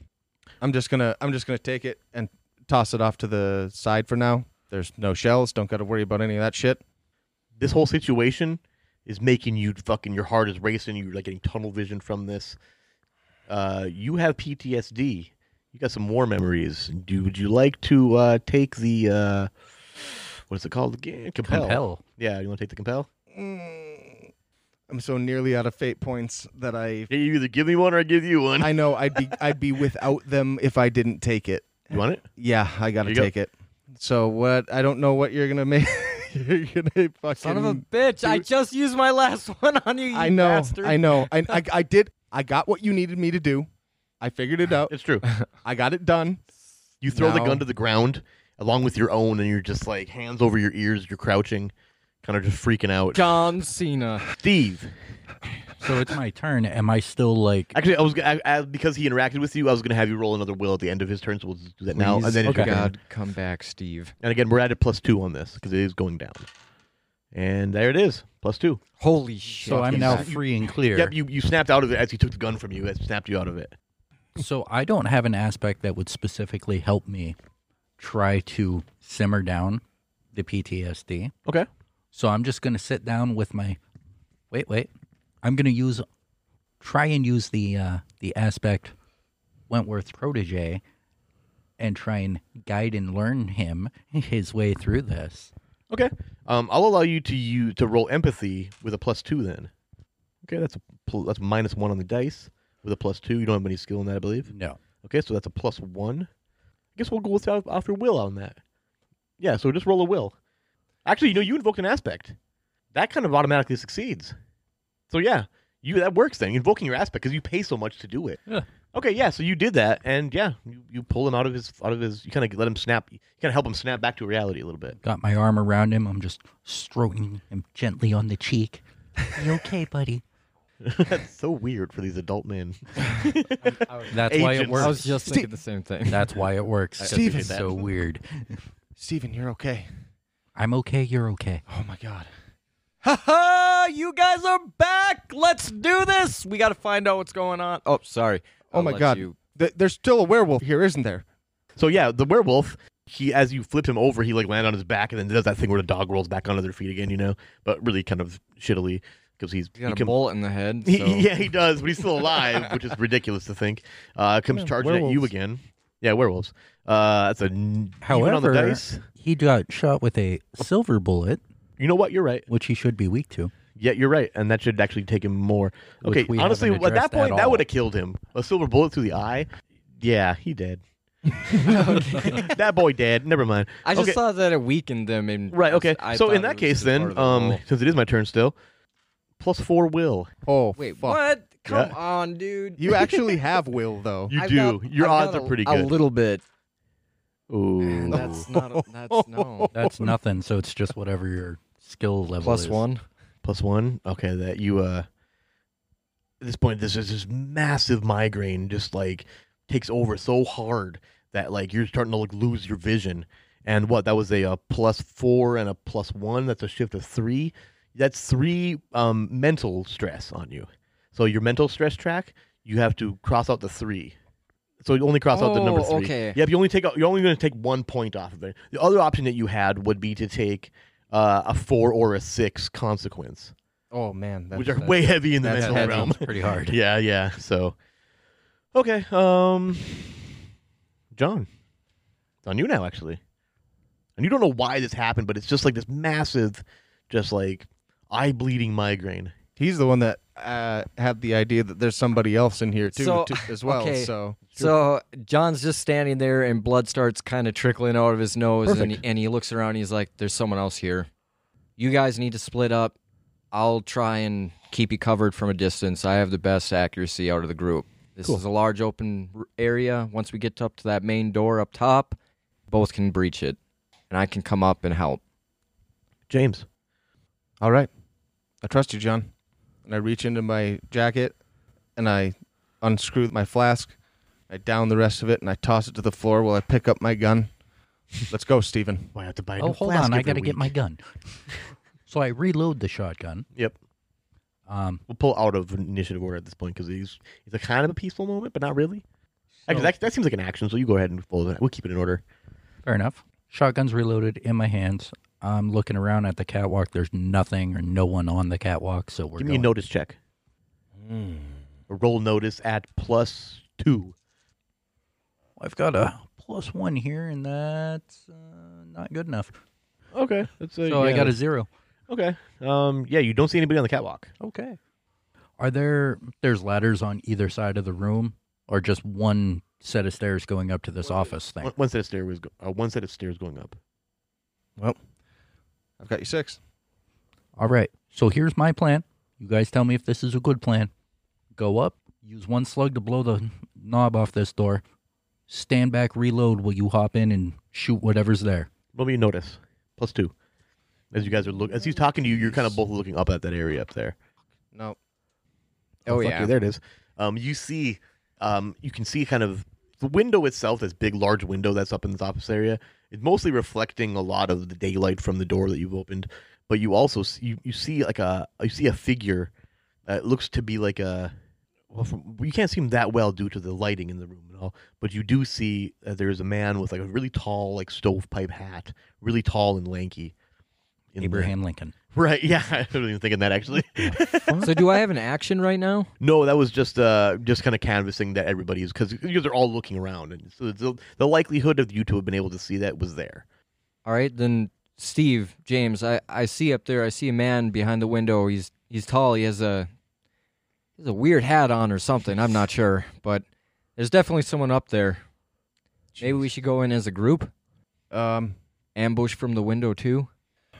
[SPEAKER 4] I'm just gonna I'm just gonna take it and toss it off to the side for now. There's no shells. Don't got to worry about any of that shit.
[SPEAKER 2] this whole situation is making you fucking your heart is racing. You're like getting tunnel vision from this. Uh, you have PTSD. You got some war memories. Do would you like to uh, take the uh, what is it called again? Compel.
[SPEAKER 5] Compel.
[SPEAKER 2] Yeah, you want to take the compel?
[SPEAKER 4] I'm so nearly out of fate points that I
[SPEAKER 2] Yeah, you either give me one or I give you one.
[SPEAKER 4] I know I'd be I'd be without them if I didn't take it.
[SPEAKER 2] you want it?
[SPEAKER 4] Yeah, I gotta
[SPEAKER 2] You go.
[SPEAKER 4] take it. So what? I don't know what you're gonna make. you're gonna fucking.
[SPEAKER 3] Son of a bitch! I just used my last one on you. you
[SPEAKER 4] I know.
[SPEAKER 3] Bastard.
[SPEAKER 4] I know. I, I I did. I got what you needed me to do. I figured it out.
[SPEAKER 2] It's true.
[SPEAKER 4] I got it done.
[SPEAKER 2] You throw the
[SPEAKER 4] No.
[SPEAKER 2] gun to the ground along with your own, and you're just like hands over your ears. You're crouching, kind of just freaking out.
[SPEAKER 3] John Cena.
[SPEAKER 2] Steve.
[SPEAKER 5] so it's my turn. Am I still like?
[SPEAKER 2] Actually, I was g- I, I, because he interacted with you. I was going to have you roll another will at the end of his turn, so we'll just do that now. And then it's your turn.
[SPEAKER 3] God, come back, Steve.
[SPEAKER 2] And again, we're at a plus two on this because it is going down. And there it is, plus two.
[SPEAKER 3] Holy shit!
[SPEAKER 5] So I'm now free and clear.
[SPEAKER 2] Yep, you, you snapped out of it as he took the gun from you. It snapped you out of it.
[SPEAKER 5] So I don't have an aspect that would specifically help me try to simmer down the PTSD.
[SPEAKER 2] Okay.
[SPEAKER 5] So I'm just going to sit down with my wait, wait. I'm going to use try and use the uh the aspect Wentworth protege and try and guide and learn him his way through this.
[SPEAKER 2] Okay. Um, I'll allow you to you to roll empathy with a plus two then. Okay, that's a pl- that's minus one on the dice with a plus two. You don't have any skill in that, I believe.
[SPEAKER 5] No.
[SPEAKER 2] Okay, so that's a plus one. I guess we'll go with off, off your will on that. Yeah, so just roll a will. Actually, you know, you invoked an aspect. That kind of automatically succeeds. So yeah, you that works then. Invoking your aspect because you pay so much to do it.
[SPEAKER 5] Yeah.
[SPEAKER 2] Okay, yeah. So you did that, and yeah, you, you pull him out of his out of his. You kind of let him snap. You kind of help him snap back to reality a little bit.
[SPEAKER 5] Got my arm around him. I'm just stroking him gently on the cheek. You okay, buddy?
[SPEAKER 2] That's so weird for these adult men.
[SPEAKER 5] That's why it
[SPEAKER 2] Agents.
[SPEAKER 5] works.
[SPEAKER 2] I
[SPEAKER 3] I was just thinking the same thing.
[SPEAKER 5] That's why it works.
[SPEAKER 2] Steven.
[SPEAKER 5] It's so weird.
[SPEAKER 4] Steven, you're okay.
[SPEAKER 5] I'm okay. You're okay.
[SPEAKER 4] Oh my god.
[SPEAKER 3] Ha ha! You guys are back. Let's do this. We got to find out what's going on. Oh, sorry.
[SPEAKER 4] Oh
[SPEAKER 3] I'll
[SPEAKER 4] my
[SPEAKER 3] let
[SPEAKER 4] god.
[SPEAKER 3] you-
[SPEAKER 4] Th- there's still a werewolf here, isn't there?
[SPEAKER 2] So yeah, the werewolf. He as you flip him over, he like landed on his back and then does that thing where the dog rolls back onto their feet again, you know, but really kind of shittily because he's
[SPEAKER 3] You got
[SPEAKER 2] he
[SPEAKER 3] a
[SPEAKER 2] com-
[SPEAKER 3] bullet in the head.
[SPEAKER 2] He-
[SPEAKER 3] So.
[SPEAKER 2] yeah, he does, but he's still alive, which is ridiculous to think. Uh, comes charging at you
[SPEAKER 4] werewolves.
[SPEAKER 2] again. Yeah, werewolves. Uh, that's a n- even on the
[SPEAKER 5] However,
[SPEAKER 2] dice.
[SPEAKER 5] he got shot with a silver bullet,
[SPEAKER 2] You know what? You're right.
[SPEAKER 5] which he should be weak to.
[SPEAKER 2] Yeah, you're right, and that should actually take him more.
[SPEAKER 5] Which
[SPEAKER 2] okay,
[SPEAKER 5] we
[SPEAKER 2] honestly,
[SPEAKER 5] haven't
[SPEAKER 2] at that
[SPEAKER 5] addressed at
[SPEAKER 2] point, that
[SPEAKER 5] all.
[SPEAKER 2] would have killed him. A silver bullet through the eye. Yeah, he dead. that boy dead. Never mind.
[SPEAKER 3] I just
[SPEAKER 2] Okay.
[SPEAKER 3] thought that it weakened them. And
[SPEAKER 2] Right. Okay.
[SPEAKER 3] I
[SPEAKER 2] so
[SPEAKER 3] thought
[SPEAKER 2] in
[SPEAKER 3] it
[SPEAKER 2] that
[SPEAKER 3] was
[SPEAKER 2] case,
[SPEAKER 3] just part of
[SPEAKER 2] then,
[SPEAKER 3] the
[SPEAKER 2] um,
[SPEAKER 3] role.
[SPEAKER 2] since it is my turn still, plus four will.
[SPEAKER 4] Oh
[SPEAKER 3] wait,
[SPEAKER 4] fuck.
[SPEAKER 3] what? Come
[SPEAKER 2] Yeah.
[SPEAKER 3] on, dude.
[SPEAKER 4] You actually have will though.
[SPEAKER 2] You
[SPEAKER 3] I've
[SPEAKER 2] do.
[SPEAKER 3] got-
[SPEAKER 2] Your
[SPEAKER 3] I've
[SPEAKER 2] odds
[SPEAKER 3] got
[SPEAKER 2] are pretty
[SPEAKER 3] A
[SPEAKER 2] good.
[SPEAKER 3] little bit.
[SPEAKER 2] Ooh.
[SPEAKER 3] That's not. A, that's no.
[SPEAKER 2] Oh.
[SPEAKER 5] That's nothing. So it's just whatever your skill level
[SPEAKER 3] Plus
[SPEAKER 5] is.
[SPEAKER 3] one.
[SPEAKER 2] Plus one. Okay. That you. Uh. At this point, this is this massive migraine. Just like takes over so hard that like you're starting to like lose your vision. And what that was a, uh plus four and a plus one. That's a shift of three. That's three um, mental stress on you. So your mental stress track, you have to cross out the three. So you only cross out the number
[SPEAKER 3] Oh,
[SPEAKER 2] three.
[SPEAKER 3] okay.
[SPEAKER 2] Yep, you only take out, you're only going to take one point off of it. The other option that you had would be to take uh, a four or a six consequence,
[SPEAKER 4] Oh man, that's
[SPEAKER 2] which are way heavy in the
[SPEAKER 4] that's
[SPEAKER 2] mental
[SPEAKER 4] heavy.
[SPEAKER 2] realm.
[SPEAKER 5] It's pretty hard.
[SPEAKER 2] yeah, yeah. So, okay, um, John, it's on you now actually, and you don't know why this happened, but it's just like this massive, just like eye bleeding migraine.
[SPEAKER 4] He's the one that uh, had the idea that there's somebody else in here too,
[SPEAKER 3] So-
[SPEAKER 4] too as well.
[SPEAKER 3] okay.
[SPEAKER 4] So
[SPEAKER 3] So John's just standing there, and blood starts kind of trickling out of his nose, and he,
[SPEAKER 2] Perfect.
[SPEAKER 3] and he looks around. And he's like, "There's someone else here. You guys need to split up. I'll try and keep you covered from a distance. I have the best accuracy out of the group. This is a large open r- area. Once we get up to that main door up top, both can breach it, and I can come up and help.
[SPEAKER 2] James,
[SPEAKER 4] all right, I trust you, John. And I reach into my jacket and I unscrew my flask. I down the rest of it and I toss it to the floor while I pick up my gun. Let's go, Steven.
[SPEAKER 2] why I have to buy? a
[SPEAKER 5] Oh,
[SPEAKER 2] new
[SPEAKER 5] hold
[SPEAKER 2] flask
[SPEAKER 5] on. I
[SPEAKER 2] every
[SPEAKER 5] got to get
[SPEAKER 2] week?
[SPEAKER 5] my gun. so I reload the shotgun.
[SPEAKER 2] Yep.
[SPEAKER 5] Um,
[SPEAKER 2] We'll pull out of initiative order at this point because he's it's a kind of a peaceful moment, but not really. Actually, that, that seems like an action, so you go ahead and pull that. We'll keep it in order.
[SPEAKER 5] fair enough. Shotgun's reloaded in my hands. I'm looking around at the catwalk. There's nothing or no one on the catwalk, so we're
[SPEAKER 2] Give me
[SPEAKER 5] going. Hmm.
[SPEAKER 2] a notice check. A roll notice at plus two.
[SPEAKER 5] I've got a plus one here, and that's uh, not good enough.
[SPEAKER 2] Okay, that's a,
[SPEAKER 5] So I got a zero.
[SPEAKER 2] okay. Um, yeah, you don't see anybody on the catwalk.
[SPEAKER 5] Okay. Are there there's ladders on either side of the room, or just one set of stairs going up to this office thing?
[SPEAKER 2] One, one set of stairs, go- uh, one set of stairs going up.
[SPEAKER 4] I've got you six.
[SPEAKER 5] All right. So here's my plan. You guys tell me if this is a good plan. Go up, use one slug to blow the knob off this door. Stand back, reload while you hop in and shoot whatever's there.
[SPEAKER 2] Roll me a notice plus two. As you guys are look, as he's talking to you, you're kind of both looking up at that area up there.
[SPEAKER 4] No,
[SPEAKER 3] Oh
[SPEAKER 2] Fuck
[SPEAKER 3] yeah.
[SPEAKER 2] you, there it is. Um, you see, um, you can see kind of the window itself. This big, large window that's up in this office area. It's mostly reflecting a lot of the daylight from the door that you've opened, but you also see, you, you see like a you see a figure that looks to be like a well from, you can't see him that well due to the lighting in the room and all but you do see uh, there is a man with like a really tall like stovepipe hat really tall and lanky in the-
[SPEAKER 5] Abraham Lincoln.
[SPEAKER 2] right yeah I wasn't even thinking that actually
[SPEAKER 3] so do I have an action right now?
[SPEAKER 2] no that was just uh just kind of canvassing that everybody's because they're all looking around and so the, the likelihood of you to have been able to see that was there
[SPEAKER 3] All right, then Steve, James, I, I see up there, I see a man behind the window. He's he's tall, he has a he has a weird hat on or something, I'm not sure. But there's definitely someone up there. Maybe we should go in as a group.
[SPEAKER 4] Um,
[SPEAKER 3] Ambush from the window too.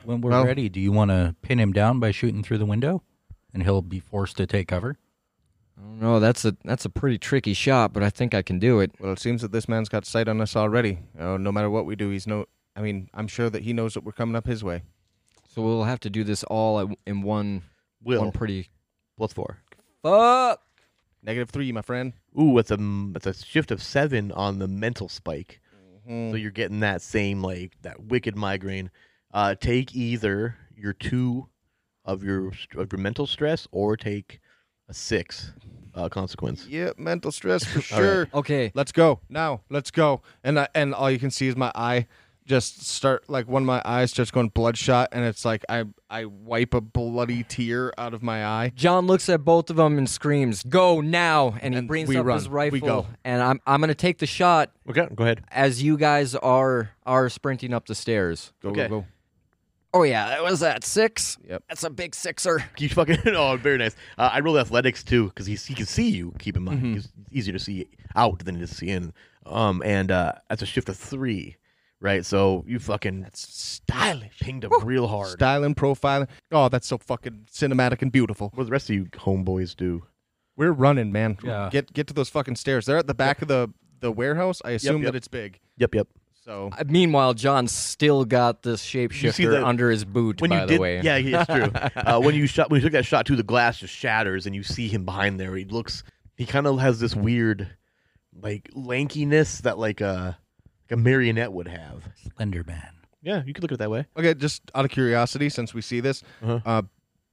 [SPEAKER 5] When we're
[SPEAKER 4] Well-
[SPEAKER 5] ready, do you want to pin him down by shooting through the window, and he'll be forced to take cover?
[SPEAKER 3] I don't know, that's a that's a pretty tricky shot, but I think I can do it.
[SPEAKER 4] well, it seems that this man's got sight on us already. Uh, no matter what we do, he's no. I mean, I'm sure that he knows that we're coming up his way.
[SPEAKER 3] So we'll have to do this all at- in one
[SPEAKER 2] will
[SPEAKER 3] one pretty
[SPEAKER 2] what's for
[SPEAKER 3] Fuck
[SPEAKER 4] Negative three, my friend.
[SPEAKER 2] Ooh, that's a m- that's a shift of seven on the mental spike. So you're getting that same like that wicked migraine. Uh, take either your two of your st- of your mental stress or take a six uh, consequence.
[SPEAKER 4] Yep, mental stress for
[SPEAKER 2] All right.
[SPEAKER 4] sure.
[SPEAKER 3] Okay.
[SPEAKER 4] Let's go now. Let's go. And I, and all you can see is my eye just start like one of my eyes starts going bloodshot, and it's like I I wipe a bloody tear out of my eye.
[SPEAKER 3] John looks at both of them and screams, "Go now!" And he
[SPEAKER 4] And
[SPEAKER 3] brings
[SPEAKER 4] we
[SPEAKER 3] up his
[SPEAKER 4] run.
[SPEAKER 3] rifle.
[SPEAKER 4] We go.
[SPEAKER 3] And I'm I'm gonna take the shot
[SPEAKER 2] Okay, go ahead.
[SPEAKER 3] as you guys are are sprinting up the stairs.
[SPEAKER 4] Go
[SPEAKER 2] Okay.
[SPEAKER 4] go go.
[SPEAKER 3] Oh yeah, that was that six.
[SPEAKER 4] Yep.
[SPEAKER 3] that's a big sixer.
[SPEAKER 2] You fucking oh, very nice. Uh, I rolled athletics too because he he can see you. Keep in mind, it's easier to see out than it is to see in. Um, and uh, that's a shift of three, right? So you fucking that's stylish. Pinged him real hard.
[SPEAKER 4] Styling, profiling. Oh, that's so fucking cinematic and beautiful.
[SPEAKER 2] What do the rest of you homeboys do?
[SPEAKER 4] We're running, man.
[SPEAKER 5] Yeah.
[SPEAKER 4] Get get to those fucking stairs. They're at the back of the the warehouse. I assume
[SPEAKER 2] yep.
[SPEAKER 4] that it's big.
[SPEAKER 2] Yep, yep.
[SPEAKER 4] So
[SPEAKER 3] Uh, Meanwhile, John's still got this shapeshifter
[SPEAKER 2] that-
[SPEAKER 3] under his boot. by the way,
[SPEAKER 2] yeah, yeah, it's true. uh, when you shot, when you took that shot, too, the glass just shatters, and you see him behind there. He looks, he kind of has this weird, like lankiness that like a like a marionette would have.
[SPEAKER 5] Slender Man.
[SPEAKER 2] Yeah, you could look at it that way.
[SPEAKER 4] okay, just out of curiosity, since we see this, uh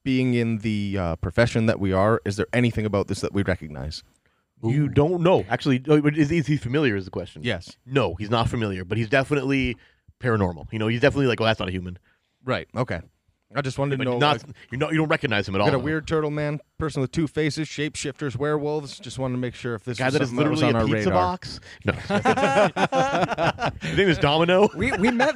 [SPEAKER 4] being in the uh, profession that we are, is there anything about this that we recognize?
[SPEAKER 2] You don't know, actually. oh, but Is, is he familiar? Is the question?
[SPEAKER 4] Yes.
[SPEAKER 2] No, he's not familiar, but he's definitely paranormal. You know, he's definitely like, well, that's not a human.
[SPEAKER 4] Right. Okay. I just wanted
[SPEAKER 2] But
[SPEAKER 4] to know.
[SPEAKER 2] not,
[SPEAKER 4] like,
[SPEAKER 2] you're not, you don't recognize him at all.
[SPEAKER 4] got a weird turtle man, person with two faces, shapeshifters, werewolves. Just wanted to make sure if this
[SPEAKER 2] guy
[SPEAKER 4] was
[SPEAKER 2] that is
[SPEAKER 4] something was
[SPEAKER 2] literally a
[SPEAKER 4] on our
[SPEAKER 2] pizza
[SPEAKER 4] radar.
[SPEAKER 2] box. No, his name is Domino.
[SPEAKER 3] we we met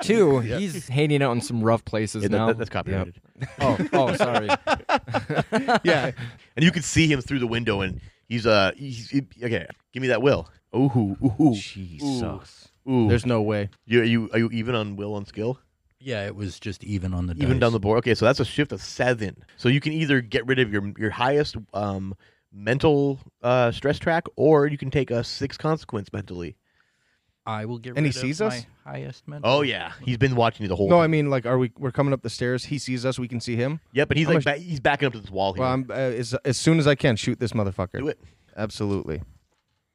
[SPEAKER 3] too. He's hanging out in some rough places
[SPEAKER 2] Yeah, that-
[SPEAKER 3] now.
[SPEAKER 2] that- that's copyrighted.
[SPEAKER 3] oh, oh, sorry.
[SPEAKER 4] Oh, yeah.
[SPEAKER 2] and you can see him throrough the window, and he's uh, he's, he- okay. Give me that will. Ooh, ooh, ooh.
[SPEAKER 4] Jesus.
[SPEAKER 2] ooh.
[SPEAKER 4] There's no way.
[SPEAKER 2] you, are you are you even on will on skill?
[SPEAKER 5] Yeah, it was just even on the
[SPEAKER 2] Even
[SPEAKER 5] dice.
[SPEAKER 2] down the board. Okay, so that's a shift of seven. So you can either get rid of your your highest um mental uh stress track, or you can take a six consequence mentally.
[SPEAKER 5] I will get.
[SPEAKER 4] And he
[SPEAKER 5] rid of
[SPEAKER 4] sees
[SPEAKER 5] my
[SPEAKER 4] us?
[SPEAKER 5] Highest mental.
[SPEAKER 2] Oh yeah, he's been watching you the whole.
[SPEAKER 4] No,
[SPEAKER 2] time.
[SPEAKER 4] I mean, like, are we? We're coming up the stairs. He sees us. We can see him.
[SPEAKER 2] yeah, but he's
[SPEAKER 4] how
[SPEAKER 2] like
[SPEAKER 4] much-
[SPEAKER 2] ba- he's backing up to this wall here.
[SPEAKER 4] Well, I'm, uh, as, as soon as I can, shoot this motherfucker.
[SPEAKER 2] Do it.
[SPEAKER 4] Absolutely.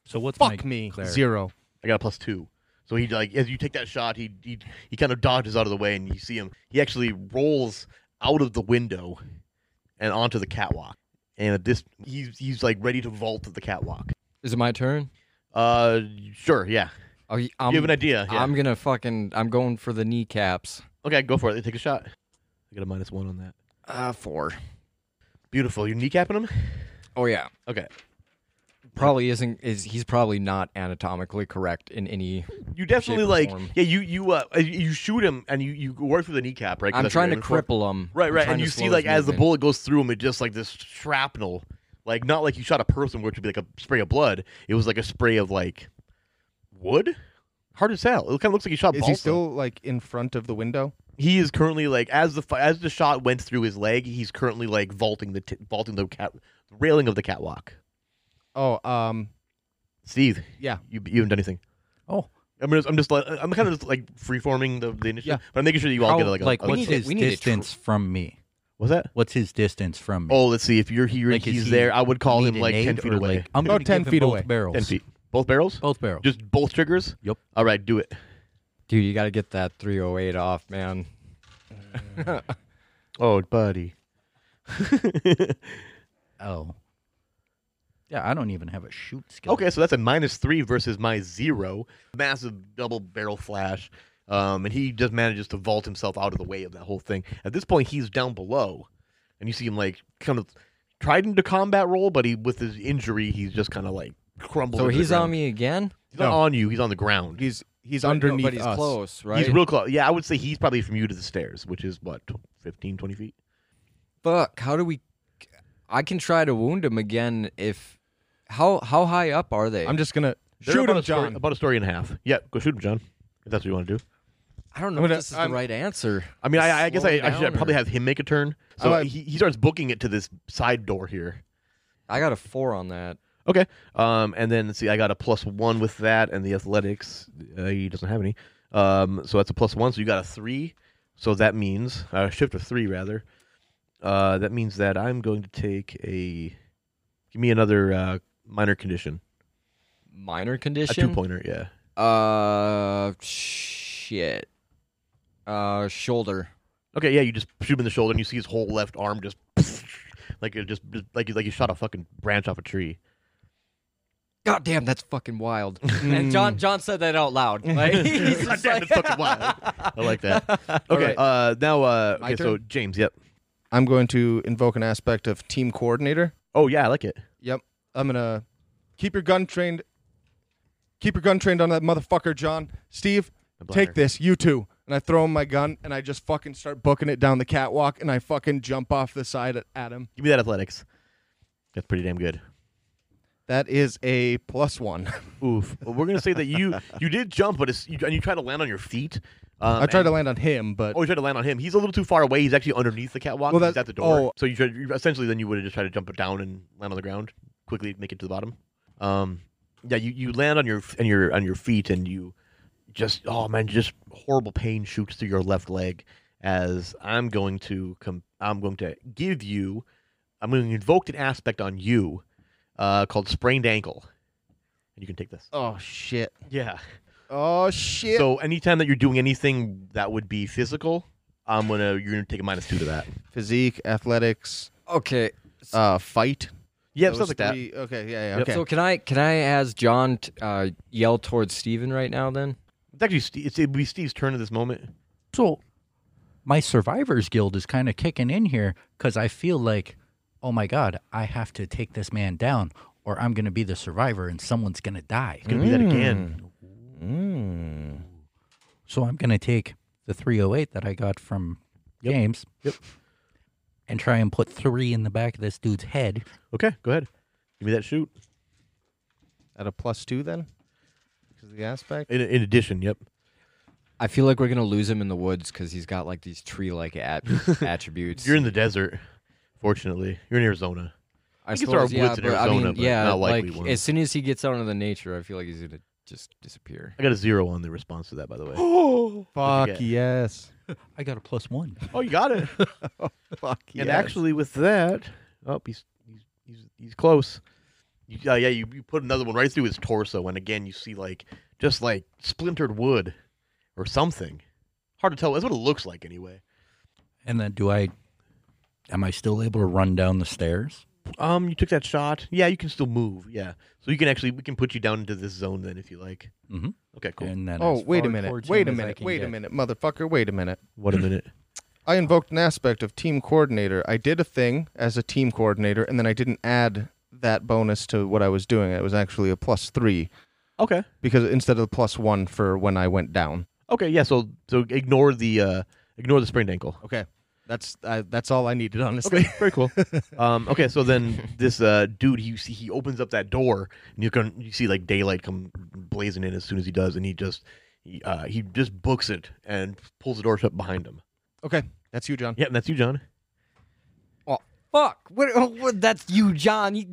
[SPEAKER 5] So what's
[SPEAKER 4] Fuck
[SPEAKER 5] my
[SPEAKER 4] me.
[SPEAKER 5] cleric?
[SPEAKER 4] Zero.
[SPEAKER 2] I got a plus two. So he like as you take that shot, he he he kind of dodges out of the way, and you see him. He actually rolls out of the window and onto the catwalk, and this he's he's like ready to vault to the catwalk.
[SPEAKER 3] Is it my turn?
[SPEAKER 2] Uh, sure, yeah.
[SPEAKER 3] Are you- I'm,
[SPEAKER 2] you have an idea? Yeah.
[SPEAKER 3] I'm gonna fucking. I'm going for the kneecaps.
[SPEAKER 2] Okay, go for it. Take a shot. I got a minus one on that.
[SPEAKER 3] Uh, four.
[SPEAKER 2] Beautiful. You kneecapping him?
[SPEAKER 3] Oh yeah.
[SPEAKER 2] Okay.
[SPEAKER 3] Probably isn't. Is he's probably not anatomically correct in any
[SPEAKER 2] You definitely
[SPEAKER 3] or
[SPEAKER 2] like
[SPEAKER 3] form.
[SPEAKER 2] yeah. You you uh you shoot him and you you work through the kneecap right. 'Cause
[SPEAKER 3] I'm
[SPEAKER 2] that's what
[SPEAKER 3] trying to
[SPEAKER 2] you're aiming for.
[SPEAKER 3] cripple him.
[SPEAKER 2] Right,
[SPEAKER 3] I'm
[SPEAKER 2] right.
[SPEAKER 3] trying
[SPEAKER 2] And
[SPEAKER 3] to
[SPEAKER 2] you
[SPEAKER 3] slow
[SPEAKER 2] see,
[SPEAKER 3] his
[SPEAKER 2] like, as the
[SPEAKER 3] movement.
[SPEAKER 2] bullet goes through him, it just like this shrapnel. Like, not like you shot a person where it would be like a spray of blood. It was like a spray of, like, wood? Hard to tell. It kind of looks like he shot
[SPEAKER 4] Is
[SPEAKER 2] balsa.
[SPEAKER 4] he still like in front of the window?
[SPEAKER 2] He is currently, like, as the fi- as the shot went through his leg, he's currently, like, vaulting the t- vaulting the cat- railing of the catwalk.
[SPEAKER 4] Oh, um,
[SPEAKER 2] Steve,
[SPEAKER 4] yeah.
[SPEAKER 2] you, you haven't done anything.
[SPEAKER 5] Oh,
[SPEAKER 2] I'm just, I'm just like I'm kind of just like freeforming the the initiative, but I'm making sure that you all
[SPEAKER 5] how,
[SPEAKER 2] get like a,
[SPEAKER 5] like
[SPEAKER 2] a-
[SPEAKER 5] what's
[SPEAKER 3] need to-
[SPEAKER 5] his
[SPEAKER 3] we need to tr-
[SPEAKER 5] distance from me?
[SPEAKER 2] what's that?
[SPEAKER 5] What's his distance from me?
[SPEAKER 2] Oh, let's see if you're here
[SPEAKER 5] Like,
[SPEAKER 2] and
[SPEAKER 5] is
[SPEAKER 2] he's
[SPEAKER 5] he
[SPEAKER 2] there. I would call
[SPEAKER 5] Need
[SPEAKER 2] him
[SPEAKER 5] an
[SPEAKER 2] like ten
[SPEAKER 5] aid
[SPEAKER 2] feet
[SPEAKER 5] or,
[SPEAKER 2] away.
[SPEAKER 5] like- Oh. I'm
[SPEAKER 4] About
[SPEAKER 5] gonna
[SPEAKER 4] 10
[SPEAKER 5] give him
[SPEAKER 4] feet
[SPEAKER 5] both
[SPEAKER 4] away.
[SPEAKER 5] Barrels.
[SPEAKER 2] ten feet, both barrels.
[SPEAKER 5] Both barrels.
[SPEAKER 2] Just both triggers?
[SPEAKER 5] Yep.
[SPEAKER 2] All right, do it.
[SPEAKER 3] Dude, you got to get that 308 off, oh man.
[SPEAKER 2] Oh, buddy.
[SPEAKER 5] Oh. Yeah, I don't even have a shoot skill.
[SPEAKER 2] Okay, so that's a minus three versus my zero. Massive double barrel flash. Um, and he just manages to vault himself out of the way of that whole thing. At this point, he's down below, and you see him like kind of tried into combat roll, but he with his injury, he's just kind of like crumbled.
[SPEAKER 3] So
[SPEAKER 2] into the
[SPEAKER 3] he's on
[SPEAKER 2] ground.
[SPEAKER 3] me again.
[SPEAKER 2] He's not on you. He's on the ground.
[SPEAKER 4] He's he's
[SPEAKER 3] But no,
[SPEAKER 4] underneath
[SPEAKER 3] but he's
[SPEAKER 4] us.
[SPEAKER 3] close, right?
[SPEAKER 2] He's real close. Yeah, I would say he's probably from you to the stairs, which is what, tw- 15, 20 feet?
[SPEAKER 3] Fuck. How do we? I can try to wound him again if. How how high up are they?
[SPEAKER 4] I'm just gonna
[SPEAKER 2] They're
[SPEAKER 4] shoot him,
[SPEAKER 2] about a story-
[SPEAKER 4] John.
[SPEAKER 2] about a story and a half. Yeah, go shoot him, John, if that's what you want to do.
[SPEAKER 3] I don't know
[SPEAKER 4] I'm gonna-
[SPEAKER 3] if this is
[SPEAKER 4] I'm-
[SPEAKER 3] the right answer.
[SPEAKER 2] I mean, I, I guess
[SPEAKER 3] Slow
[SPEAKER 2] I, I should
[SPEAKER 3] down or- Oh,
[SPEAKER 2] probably have him make a turn. So
[SPEAKER 4] I-
[SPEAKER 2] he, he starts booking it to this side door here.
[SPEAKER 3] I got a four on that.
[SPEAKER 2] Okay. Um, and then let's see, I got a plus one with that, and the athletics. Uh, he doesn't have any. Um, so that's a plus one. So you got a three. So that means uh, shift of three rather. Uh, that means that I'm going to take a. Give me another uh, minor condition.
[SPEAKER 3] Minor
[SPEAKER 2] A
[SPEAKER 3] condition.
[SPEAKER 2] two pointer. Yeah.
[SPEAKER 3] Uh, shit. Uh, shoulder.
[SPEAKER 2] Okay. Yeah. You just shoot him in the shoulder, and you see his whole left arm just. Like it just, just like you- like you shot a fucking branch off a tree.
[SPEAKER 3] God damn, that's fucking wild. and John John said that out loud. Like, he's just
[SPEAKER 2] Goddamn,
[SPEAKER 3] like-
[SPEAKER 2] it's fucking wild. I like that. Okay.
[SPEAKER 4] right.
[SPEAKER 2] Uh, now, uh,
[SPEAKER 4] My
[SPEAKER 2] okay. So
[SPEAKER 4] turn?
[SPEAKER 2] James. Yep.
[SPEAKER 4] I'm going to invoke an aspect of team coordinator.
[SPEAKER 2] Oh yeah, I like it.
[SPEAKER 4] Yep. I'm gonna keep your gun trained. Keep your gun trained on that motherfucker, John. Steve,
[SPEAKER 2] The
[SPEAKER 4] take
[SPEAKER 2] bladder.
[SPEAKER 4] this, you too. And I throw him my gun, and I just fucking start booking it down the catwalk, and I fucking jump off the side at, at him.
[SPEAKER 2] Give me that athletics. That's pretty damn good.
[SPEAKER 4] That is a plus one.
[SPEAKER 2] Oof. Well, we're gonna say that you you did jump, but it's, you, and you tried to land on your feet. Um,
[SPEAKER 4] I tried
[SPEAKER 2] and-
[SPEAKER 4] to land on him, but
[SPEAKER 2] Oh, you tried to land on him. He's a little too far away. He's actually underneath the catwalk.
[SPEAKER 4] Well,
[SPEAKER 2] He's
[SPEAKER 4] that-
[SPEAKER 2] at the door.
[SPEAKER 4] oh.
[SPEAKER 2] So you tried, you- essentially then you would have just tried to jump it down and land on the ground quickly, make it to the bottom. Um, yeah, you, you land on your and your on your feet and you just oh man, just horrible pain shoots through your left leg as I'm going to com- I'm going to give you I'm going to invoke an aspect on you uh, called sprained ankle, and you can take this.
[SPEAKER 4] oh shit,
[SPEAKER 2] Yeah.
[SPEAKER 4] oh shit.
[SPEAKER 2] So anytime that you're doing anything that would be physical, I'm gonna you're gonna take a minus two to that.
[SPEAKER 4] Physique, athletics,
[SPEAKER 3] okay.
[SPEAKER 4] uh, fight.
[SPEAKER 2] Yeah,
[SPEAKER 4] Those
[SPEAKER 2] stuff like that.
[SPEAKER 4] three- Okay, yeah, yeah.
[SPEAKER 2] Yep.
[SPEAKER 4] Okay.
[SPEAKER 3] So can I can I as John t- uh, yell towards Steven right now then?
[SPEAKER 2] It's actually Steve, it's, it'd be Steve's turn at this moment.
[SPEAKER 5] So my survivors guild is kind of kicking in here because I feel like, oh my God, I have to take this man down or I'm going to be the survivor and someone's going to die.
[SPEAKER 2] It's gonna be that again.
[SPEAKER 5] So I'm going to take the 308 that I got from James
[SPEAKER 2] Yep.
[SPEAKER 5] and try and put three in the back of this dude's head.
[SPEAKER 2] Okay, go ahead. Give me that shoot.
[SPEAKER 4] At a plus two then, because of the aspect.
[SPEAKER 2] In, in addition, yep.
[SPEAKER 3] I feel like we're gonna lose him in the woods because he's got like these tree like at- attributes.
[SPEAKER 2] You're in the desert. Fortunately, you're in Arizona.
[SPEAKER 3] I
[SPEAKER 2] think it's our
[SPEAKER 3] suppose, yeah,
[SPEAKER 2] woods in
[SPEAKER 3] but, I
[SPEAKER 2] Arizona,
[SPEAKER 3] mean,
[SPEAKER 2] but
[SPEAKER 3] yeah,
[SPEAKER 2] not likely
[SPEAKER 3] like
[SPEAKER 2] one.
[SPEAKER 3] as soon as he gets out into the nature, I feel like he's gonna just disappear.
[SPEAKER 2] I got a zero on the response to that, by the way.
[SPEAKER 4] Fuck
[SPEAKER 2] forget.
[SPEAKER 4] yes.
[SPEAKER 5] I got a plus one.
[SPEAKER 2] oh, you got it.
[SPEAKER 4] Fuck
[SPEAKER 2] And actually, with that, oh, he's he's he's, he's close. You, uh, yeah, you, you put another one right through his torso, and again, you see like just like splintered wood or something. Hard to tell. That's what it looks like, anyway.
[SPEAKER 5] And then do I, am I still able to run down the stairs?
[SPEAKER 2] Um, you took that shot. Yeah, you can still move. Yeah, so you can actually we can put you down into this zone then if you like.
[SPEAKER 5] Mhm.
[SPEAKER 2] Okay, cool.
[SPEAKER 5] And then
[SPEAKER 4] Oh,
[SPEAKER 5] as
[SPEAKER 4] wait a
[SPEAKER 5] far
[SPEAKER 4] minute.
[SPEAKER 5] towards
[SPEAKER 4] Wait a
[SPEAKER 5] him as I
[SPEAKER 4] minute.
[SPEAKER 5] can
[SPEAKER 4] Wait a
[SPEAKER 5] get.
[SPEAKER 4] minute, motherfucker. Wait a minute.
[SPEAKER 2] what a minute.
[SPEAKER 4] I invoked an aspect of team coordinator. I did a thing as a team coordinator, and then I didn't add that bonus to what I was doing. It was actually a plus three
[SPEAKER 2] Okay.
[SPEAKER 4] because instead of the plus one for when I went down.
[SPEAKER 2] Okay. Yeah. So so ignore the uh ignore the sprained ankle.
[SPEAKER 4] Okay, that's I, that's all I needed, honestly.
[SPEAKER 2] Okay, very cool. um, okay, so then this uh, dude, he see he opens up that door, and you can you see like daylight come blazing in as soon as he does, and he just he, uh, he just books it and pulls the door shut behind him.
[SPEAKER 4] Okay, that's you, John.
[SPEAKER 2] Yeah, and that's you, John.
[SPEAKER 3] Oh fuck! What, oh, what- that's you, John. You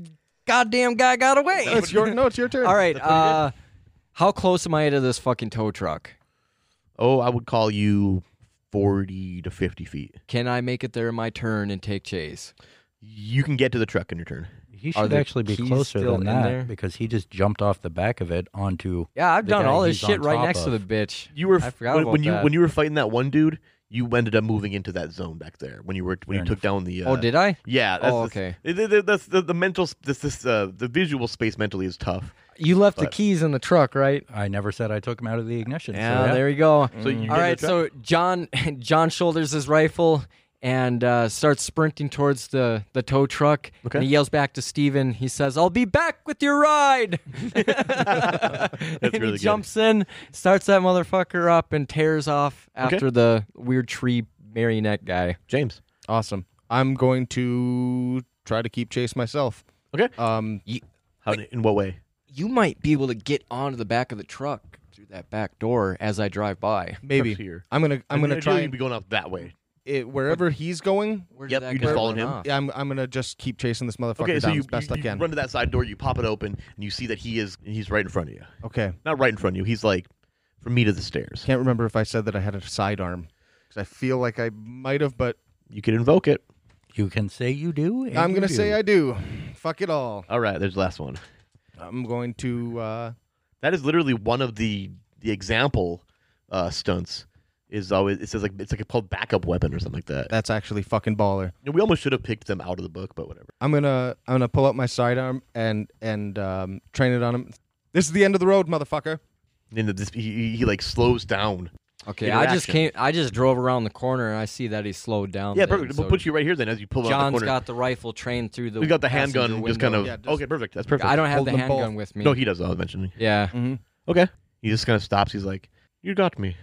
[SPEAKER 3] goddamn guy got away.
[SPEAKER 4] No, it's your no, it's your turn.
[SPEAKER 3] All right. Uh, how close am I to this fucking tow truck?
[SPEAKER 2] Oh, I would call you forty to fifty feet.
[SPEAKER 3] Can I make it there in my turn and take chase?
[SPEAKER 2] You can get to the truck in your turn.
[SPEAKER 5] He
[SPEAKER 3] Are
[SPEAKER 5] should
[SPEAKER 3] the
[SPEAKER 5] actually be
[SPEAKER 3] keys
[SPEAKER 5] closer
[SPEAKER 3] still
[SPEAKER 5] than
[SPEAKER 3] in
[SPEAKER 5] that
[SPEAKER 3] there?
[SPEAKER 5] because he just jumped off the back of it onto.
[SPEAKER 3] Yeah, I've
[SPEAKER 5] The
[SPEAKER 3] done
[SPEAKER 5] guy
[SPEAKER 3] all this
[SPEAKER 5] he's on
[SPEAKER 3] shit right
[SPEAKER 5] top
[SPEAKER 3] next to the
[SPEAKER 5] of.
[SPEAKER 3] bitch.
[SPEAKER 2] You were
[SPEAKER 3] I forgot
[SPEAKER 2] when,
[SPEAKER 3] about
[SPEAKER 2] when you
[SPEAKER 3] that.
[SPEAKER 2] when you were fighting that one dude. you ended up moving into that zone back there when you were when you
[SPEAKER 5] Fair
[SPEAKER 2] took down the. Uh,
[SPEAKER 3] oh, did I?
[SPEAKER 2] Yeah. That's,
[SPEAKER 3] Oh,
[SPEAKER 2] that's-
[SPEAKER 3] okay.
[SPEAKER 2] it- it- it- That's, the, the mental. s- This this uh, the visual space mentally is tough.
[SPEAKER 3] You left the
[SPEAKER 2] But-
[SPEAKER 3] keys in the truck, right?
[SPEAKER 5] I never said I took him out of the ignition. so
[SPEAKER 3] Yeah, there you go.
[SPEAKER 2] So
[SPEAKER 4] Mm.
[SPEAKER 2] you
[SPEAKER 3] All
[SPEAKER 2] get
[SPEAKER 3] right,
[SPEAKER 2] the
[SPEAKER 3] so John John shoulders his rifle and uh, starts sprinting towards the, the tow truck.
[SPEAKER 2] Okay.
[SPEAKER 3] And he yells back to Steven. He says, I'll be back with your ride. and
[SPEAKER 2] really
[SPEAKER 3] he
[SPEAKER 2] good.
[SPEAKER 3] jumps in, starts that motherfucker up, and tears off
[SPEAKER 2] Okay.
[SPEAKER 3] after the weird tree marionette guy.
[SPEAKER 2] James.
[SPEAKER 4] Awesome. I'm going to try to keep chase myself.
[SPEAKER 2] Okay.
[SPEAKER 4] Um,
[SPEAKER 2] How in what way?
[SPEAKER 3] You might be able to get onto the back of the truck through that back door as I drive by.
[SPEAKER 4] maybe
[SPEAKER 2] Truck's here.
[SPEAKER 4] I'm gonna I'm gonna try
[SPEAKER 2] to be going up that way.
[SPEAKER 4] it, wherever he's going.
[SPEAKER 3] Where
[SPEAKER 2] Yep, you just
[SPEAKER 3] guy
[SPEAKER 2] follow
[SPEAKER 3] run
[SPEAKER 2] him.
[SPEAKER 3] off?
[SPEAKER 4] I'm I'm gonna just keep chasing this motherfucker
[SPEAKER 2] Okay,
[SPEAKER 4] down
[SPEAKER 2] so you,
[SPEAKER 4] as best
[SPEAKER 2] you,
[SPEAKER 4] I
[SPEAKER 2] you
[SPEAKER 4] can.
[SPEAKER 2] run to that side door, you pop it open, and you see that he is he's right in front of you.
[SPEAKER 4] Okay,
[SPEAKER 2] Not right in front of you. He's like from me to the stairs.
[SPEAKER 4] can't remember if I said that I had a sidearm because I feel like I might have, but
[SPEAKER 2] You could invoke it.
[SPEAKER 5] You can say you do. and
[SPEAKER 4] I'm
[SPEAKER 5] you
[SPEAKER 4] gonna
[SPEAKER 5] do.
[SPEAKER 4] say I do. Fuck it all.
[SPEAKER 2] All right, there's the last one.
[SPEAKER 4] I'm going to. Uh,
[SPEAKER 2] That is literally one of the the example uh, stunts. Is always it says like it's like called backup weapon or something like that.
[SPEAKER 4] that's actually fucking baller.
[SPEAKER 2] we almost should have picked them out of the book, but whatever.
[SPEAKER 4] I'm gonna I'm gonna pull up my sidearm and and um, train it on him. This is the end of the road, motherfucker.
[SPEAKER 2] And the, this, he, he, he like slows down.
[SPEAKER 3] Okay, I just
[SPEAKER 2] Interaction.
[SPEAKER 3] came. I just drove around the corner and I see that he's slowed down.
[SPEAKER 2] Yeah,
[SPEAKER 3] then,
[SPEAKER 2] perfect.
[SPEAKER 3] so
[SPEAKER 2] we'll put you right here then as you pull out the
[SPEAKER 3] John's
[SPEAKER 2] corner.
[SPEAKER 3] got the rifle trained through the.
[SPEAKER 2] we got the
[SPEAKER 3] passenger
[SPEAKER 2] handgun just kind
[SPEAKER 3] window.
[SPEAKER 2] of
[SPEAKER 4] Yeah, just-
[SPEAKER 2] okay, perfect. That's perfect.
[SPEAKER 3] I don't have
[SPEAKER 4] Hold
[SPEAKER 3] the
[SPEAKER 4] them
[SPEAKER 3] handgun
[SPEAKER 4] both.
[SPEAKER 3] with me.
[SPEAKER 2] No, he does. I'll eventually.
[SPEAKER 3] Yeah.
[SPEAKER 2] Okay. He just kind of stops. He's like, "You got me.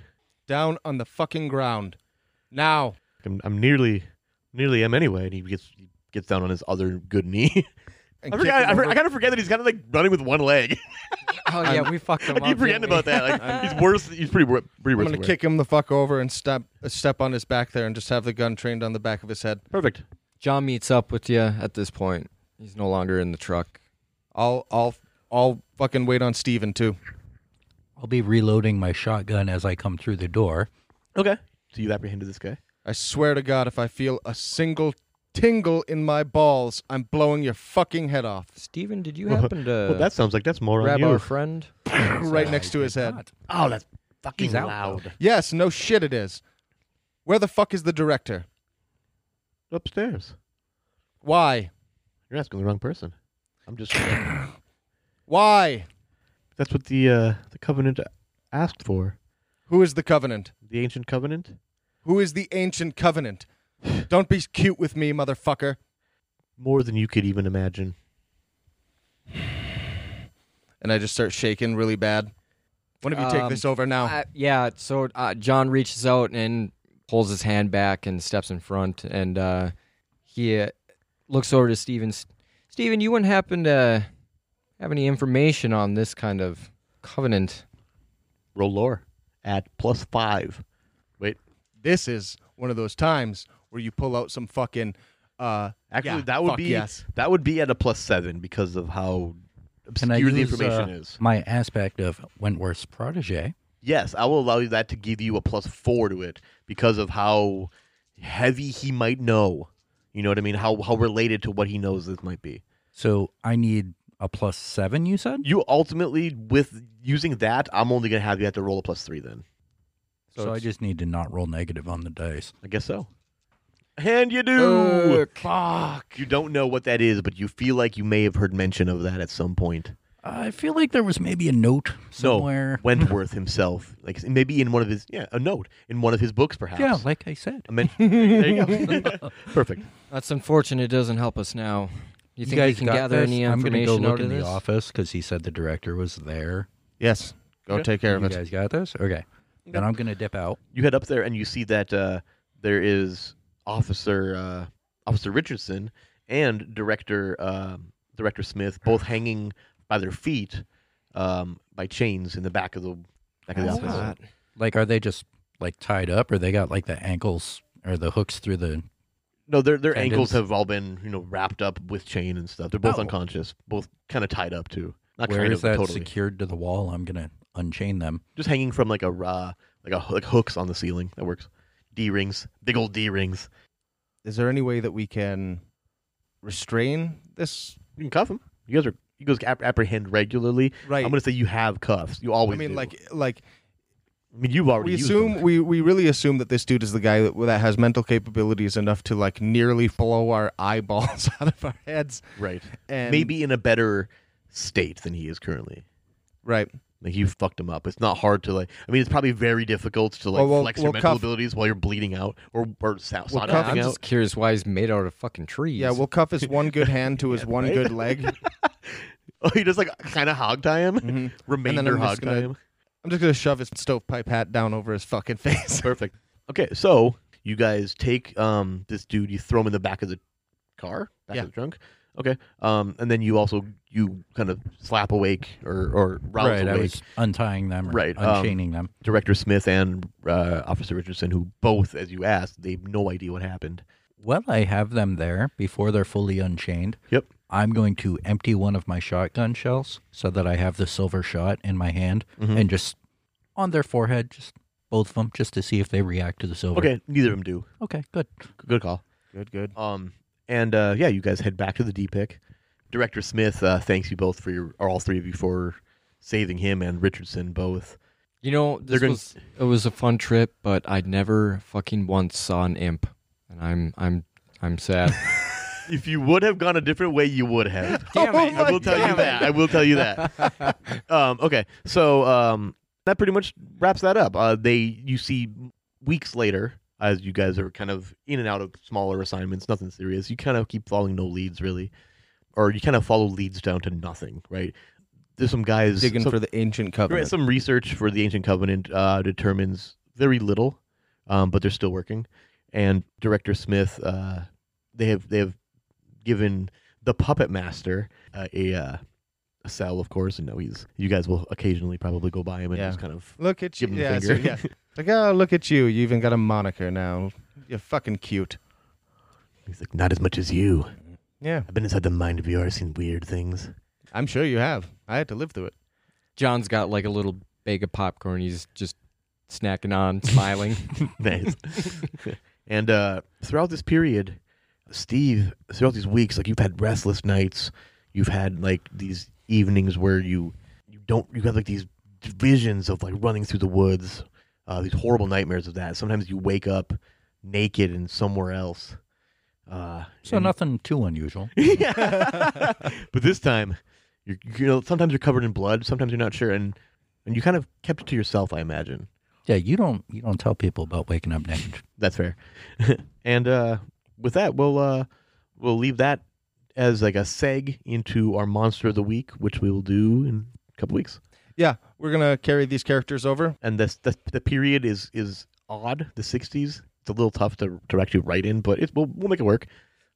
[SPEAKER 4] Down on the fucking ground. Now.
[SPEAKER 2] I'm, I'm nearly, nearly am anyway." And he gets he gets down on his other good knee.
[SPEAKER 4] And
[SPEAKER 2] I
[SPEAKER 4] kick
[SPEAKER 2] forgot.
[SPEAKER 4] him
[SPEAKER 2] I, for,
[SPEAKER 4] over.
[SPEAKER 2] I kind of forget that he's kind of like running with one leg.
[SPEAKER 3] Oh yeah, we fucked him
[SPEAKER 2] I
[SPEAKER 3] up.
[SPEAKER 2] keep forgetting
[SPEAKER 3] didn't we?
[SPEAKER 2] about that. Like he's worse. He's pretty wor- pretty
[SPEAKER 4] I'm
[SPEAKER 2] worse.
[SPEAKER 4] gonna
[SPEAKER 2] than we are.
[SPEAKER 4] kick him the fuck over and step step on his back there and just have the gun trained on the back of his head.
[SPEAKER 2] Perfect.
[SPEAKER 3] John meets up with you at this point. He's no longer in the truck.
[SPEAKER 4] I'll I'll I'll fucking wait on Steven too.
[SPEAKER 5] I'll be reloading my shotgun as I come through the door.
[SPEAKER 2] Okay. So you apprehended this guy.
[SPEAKER 4] I swear to God, if I feel a single tingle in my balls, I'm blowing your fucking head off.
[SPEAKER 3] Steven, did you happen to
[SPEAKER 2] well, that sounds like that's more on
[SPEAKER 3] grab
[SPEAKER 2] you.
[SPEAKER 3] our friend?
[SPEAKER 4] right next to his head.
[SPEAKER 2] oh, that's fucking
[SPEAKER 5] He's out,
[SPEAKER 2] loud.
[SPEAKER 4] Yes, no shit it is. Where the fuck is the director?
[SPEAKER 2] Upstairs.
[SPEAKER 4] Why?
[SPEAKER 2] You're asking the wrong person. I'm just.
[SPEAKER 4] Why?
[SPEAKER 2] that's what the uh, the covenant asked for.
[SPEAKER 4] Who is the covenant?
[SPEAKER 2] The ancient covenant.
[SPEAKER 4] Who is the ancient covenant? Don't be cute with me, motherfucker.
[SPEAKER 2] More than you could even imagine.
[SPEAKER 4] And I just start shaking really bad. One of you take
[SPEAKER 3] Um,
[SPEAKER 4] this over now.
[SPEAKER 3] Uh, yeah. So uh, John reaches out and pulls his hand back and steps in front, and uh, he uh, looks over to Steven. S- Steven, you wouldn't happen to have any information on this kind of covenant?
[SPEAKER 2] Roll lore at plus five. Wait,
[SPEAKER 4] this is one of those times where you pull out some fucking. Uh,
[SPEAKER 2] actually,
[SPEAKER 4] yeah,
[SPEAKER 2] that would
[SPEAKER 4] fuck
[SPEAKER 2] be
[SPEAKER 4] yes.
[SPEAKER 2] that would be at a plus seven because of how obscure
[SPEAKER 5] Can I use,
[SPEAKER 2] the information
[SPEAKER 5] uh,
[SPEAKER 2] is.
[SPEAKER 5] My aspect of Wentworth's protege.
[SPEAKER 2] Yes, I will allow you that to give you a plus four to it because of how heavy he might know. You know what I mean? How how related to what he knows this might be.
[SPEAKER 5] So I need a plus seven. You said
[SPEAKER 2] You ultimately, with using that, I'm only gonna have you have to roll a plus three. Then
[SPEAKER 5] so. I just need to not roll negative on the dice.
[SPEAKER 2] I guess so. And you do.
[SPEAKER 5] Oh,
[SPEAKER 4] Fuck.
[SPEAKER 2] You don't know what that is, but you feel like you may have heard mention of that at some point.
[SPEAKER 5] I feel like there was maybe a note somewhere.
[SPEAKER 2] No, Wentworth himself, like maybe in one of his yeah, a note in one of his books, perhaps.
[SPEAKER 5] yeah, like I said.
[SPEAKER 2] I meant, there you go. Perfect.
[SPEAKER 3] That's unfortunate. It doesn't help us now. You think we
[SPEAKER 5] guys
[SPEAKER 3] can
[SPEAKER 5] got
[SPEAKER 3] gather
[SPEAKER 5] this?
[SPEAKER 3] any
[SPEAKER 5] I'm gonna go
[SPEAKER 3] information
[SPEAKER 5] look
[SPEAKER 3] out
[SPEAKER 5] in
[SPEAKER 3] of this?
[SPEAKER 5] the office because he said the director was there.
[SPEAKER 4] Yes. Go take care of
[SPEAKER 5] You
[SPEAKER 4] it.
[SPEAKER 5] guys got this? Okay. Then I'm gonna dip out.
[SPEAKER 2] You head up there and you see that uh, there is Officer uh, Officer Richardson and Director uh, Director Smith both hanging by their feet um, by chains in the back of the back of the
[SPEAKER 5] That's
[SPEAKER 2] office.
[SPEAKER 5] hot. Like, are they just like tied up, or they got like the ankles or the hooks through the?
[SPEAKER 2] No, their their
[SPEAKER 5] Tendons.
[SPEAKER 2] ankles have all been you know wrapped up with chain and stuff. They're both
[SPEAKER 5] Oh.
[SPEAKER 2] unconscious, both kind of tied up too. Not
[SPEAKER 5] Where
[SPEAKER 2] kind
[SPEAKER 5] is
[SPEAKER 2] of
[SPEAKER 5] that
[SPEAKER 2] totally,
[SPEAKER 5] secured to the wall? I'm gonna unchain them.
[SPEAKER 2] just hanging from like a uh, like a like hooks on the ceiling. That works. D rings, big old D rings.
[SPEAKER 4] Is there any way that we can restrain this?
[SPEAKER 2] You can cuff them. You guys are you guys app- apprehend regularly.
[SPEAKER 4] Right.
[SPEAKER 2] I'm gonna say you have cuffs. You always.
[SPEAKER 4] I mean,
[SPEAKER 2] do.
[SPEAKER 4] like, like
[SPEAKER 2] I mean, you've
[SPEAKER 4] we
[SPEAKER 2] already used
[SPEAKER 4] assume
[SPEAKER 2] them.
[SPEAKER 4] we, we really assume that this dude is the guy that, that has mental capabilities enough to like nearly blow our eyeballs out of our heads
[SPEAKER 2] right?
[SPEAKER 4] and
[SPEAKER 2] Maybe in a better state than he is currently.
[SPEAKER 4] right
[SPEAKER 2] Like you fucked him up. It's not hard to like. I mean, it's probably very difficult to like
[SPEAKER 4] Well, we'll-
[SPEAKER 2] flex
[SPEAKER 4] we'll
[SPEAKER 2] your mental
[SPEAKER 4] cuff-
[SPEAKER 2] abilities while you're bleeding out or or sa-
[SPEAKER 4] We'll
[SPEAKER 2] sodomizing
[SPEAKER 4] cuff-
[SPEAKER 3] I'm
[SPEAKER 2] out.
[SPEAKER 3] just curious why he's made out of fucking trees.
[SPEAKER 4] yeah we'll cuff his one good hand to his one
[SPEAKER 2] right?
[SPEAKER 4] good leg
[SPEAKER 2] Oh, you just like kind of hog tie him, remainder
[SPEAKER 4] I'm just
[SPEAKER 2] hog tie
[SPEAKER 4] gonna-
[SPEAKER 2] him.
[SPEAKER 4] Mm-hmm. i'm just gonna shove his stovepipe hat down over his fucking face
[SPEAKER 2] Perfect. Okay, so you guys take um this dude, you throw him in the back of the car, back
[SPEAKER 4] Yeah.
[SPEAKER 2] of the trunk. Okay, um, and then you also you kind of slap awake or or rouse
[SPEAKER 5] right, I
[SPEAKER 2] awake
[SPEAKER 5] was untying them, or
[SPEAKER 2] Right, um,
[SPEAKER 5] unchaining them.
[SPEAKER 2] Director Smith and uh, Officer Richardson, who both, as you asked, they have no idea what happened.
[SPEAKER 5] Well, I have them there before they're fully unchained.
[SPEAKER 2] Yep.
[SPEAKER 5] I'm going to empty one of my shotgun shells so that I have the silver shot in my hand and just on their forehead, just both of them, just to see if they react to the silver.
[SPEAKER 2] Okay, neither of them do.
[SPEAKER 5] Okay, good.
[SPEAKER 2] Good call.
[SPEAKER 4] good good
[SPEAKER 2] Um, and uh, yeah, you guys head back to the D pick. Director Smith uh, thanks you both for your, or all three of you for saving him and Richardson both.
[SPEAKER 3] You know,
[SPEAKER 2] They're
[SPEAKER 3] this
[SPEAKER 2] gonna-
[SPEAKER 3] was it was a fun trip, but I never fucking once saw an imp, and I'm I'm I'm sad.
[SPEAKER 2] If you would have gone a different way, you would have.
[SPEAKER 3] Damn it.
[SPEAKER 2] I will tell you
[SPEAKER 3] Oh Damn
[SPEAKER 2] that. I will tell you that. um, okay, so um, that pretty much wraps that up. Uh, they you see weeks later, as you guys are kind of in and out of smaller assignments, nothing serious. You kind of keep following no leads really, or you kind of follow leads down to nothing, right? There's some guys
[SPEAKER 4] digging
[SPEAKER 2] some-
[SPEAKER 4] for the ancient
[SPEAKER 2] Right,
[SPEAKER 4] covenant
[SPEAKER 2] some research for the Ancient Covenant uh, determines very little, um, but they're still working. And Director Smith, uh, they have they have given the puppet master uh, a, uh, a cell, of course. And now he's you guys will occasionally probably go by him and
[SPEAKER 4] Yeah.
[SPEAKER 2] just kind of
[SPEAKER 4] look at you
[SPEAKER 2] give him
[SPEAKER 4] yeah,
[SPEAKER 2] the
[SPEAKER 4] so,
[SPEAKER 2] finger.
[SPEAKER 4] yeah. like oh look at you you even got a moniker now you're fucking cute
[SPEAKER 2] he's like, not as much as you.
[SPEAKER 4] yeah
[SPEAKER 2] I've been inside the mind of yours, seen weird things.
[SPEAKER 4] i'm sure you have i had to live through it
[SPEAKER 3] John's got like a little bag of popcorn. He's just snacking on, smiling.
[SPEAKER 2] nice. and uh, throughout this period, Steve, throughout these weeks, like you've had restless nights, you've had like these evenings where you you don't you have like these visions of like running through the woods, uh, these horrible nightmares of that. Sometimes you wake up naked and somewhere else. Uh,
[SPEAKER 5] So
[SPEAKER 2] and-
[SPEAKER 5] nothing too unusual.
[SPEAKER 2] yeah. but this time, you're, you know, sometimes you're covered in blood, sometimes you're not sure, and and you kind of kept it to yourself, I imagine.
[SPEAKER 5] Yeah, you don't you don't tell people about waking up naked.
[SPEAKER 2] That's fair. and uh, with that, we'll uh, we'll leave that as like a seg into our monster of the week, which we will do in a couple weeks.
[SPEAKER 4] yeah we're gonna carry these characters over
[SPEAKER 2] And this the, the period is is odd. The '60s. It's a little tough to direct you right in, but it we'll, we'll make it work.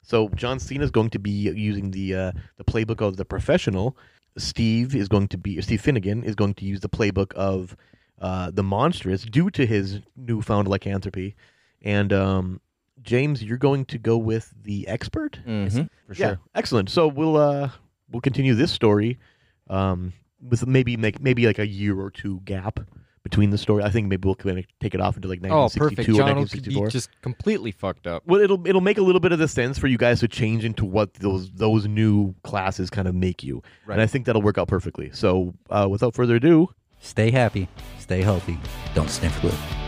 [SPEAKER 2] So John Cena is going to be using the uh, the playbook of the professional. Steve is going to be Steve Finnegan is going to use the playbook of uh, the monstrous due to his newfound lycanthropy, and um, James, you're going to go with the expert.
[SPEAKER 4] for
[SPEAKER 2] Yeah, excellent. So we'll uh, we'll continue this story um, with maybe make maybe like a year or two gap between the story. I think maybe we'll kinda take it off into like
[SPEAKER 3] oh,
[SPEAKER 2] 1962
[SPEAKER 3] perfect.
[SPEAKER 2] or
[SPEAKER 3] John will
[SPEAKER 2] 1964.
[SPEAKER 3] be just completely fucked up.
[SPEAKER 2] Well, it'll it'll make a little bit of the sense for you guys to change into what those those new classes kind of make you, and I think that'll work out perfectly. So, uh, without further ado,
[SPEAKER 5] Stay happy, stay healthy, don't sniff glue.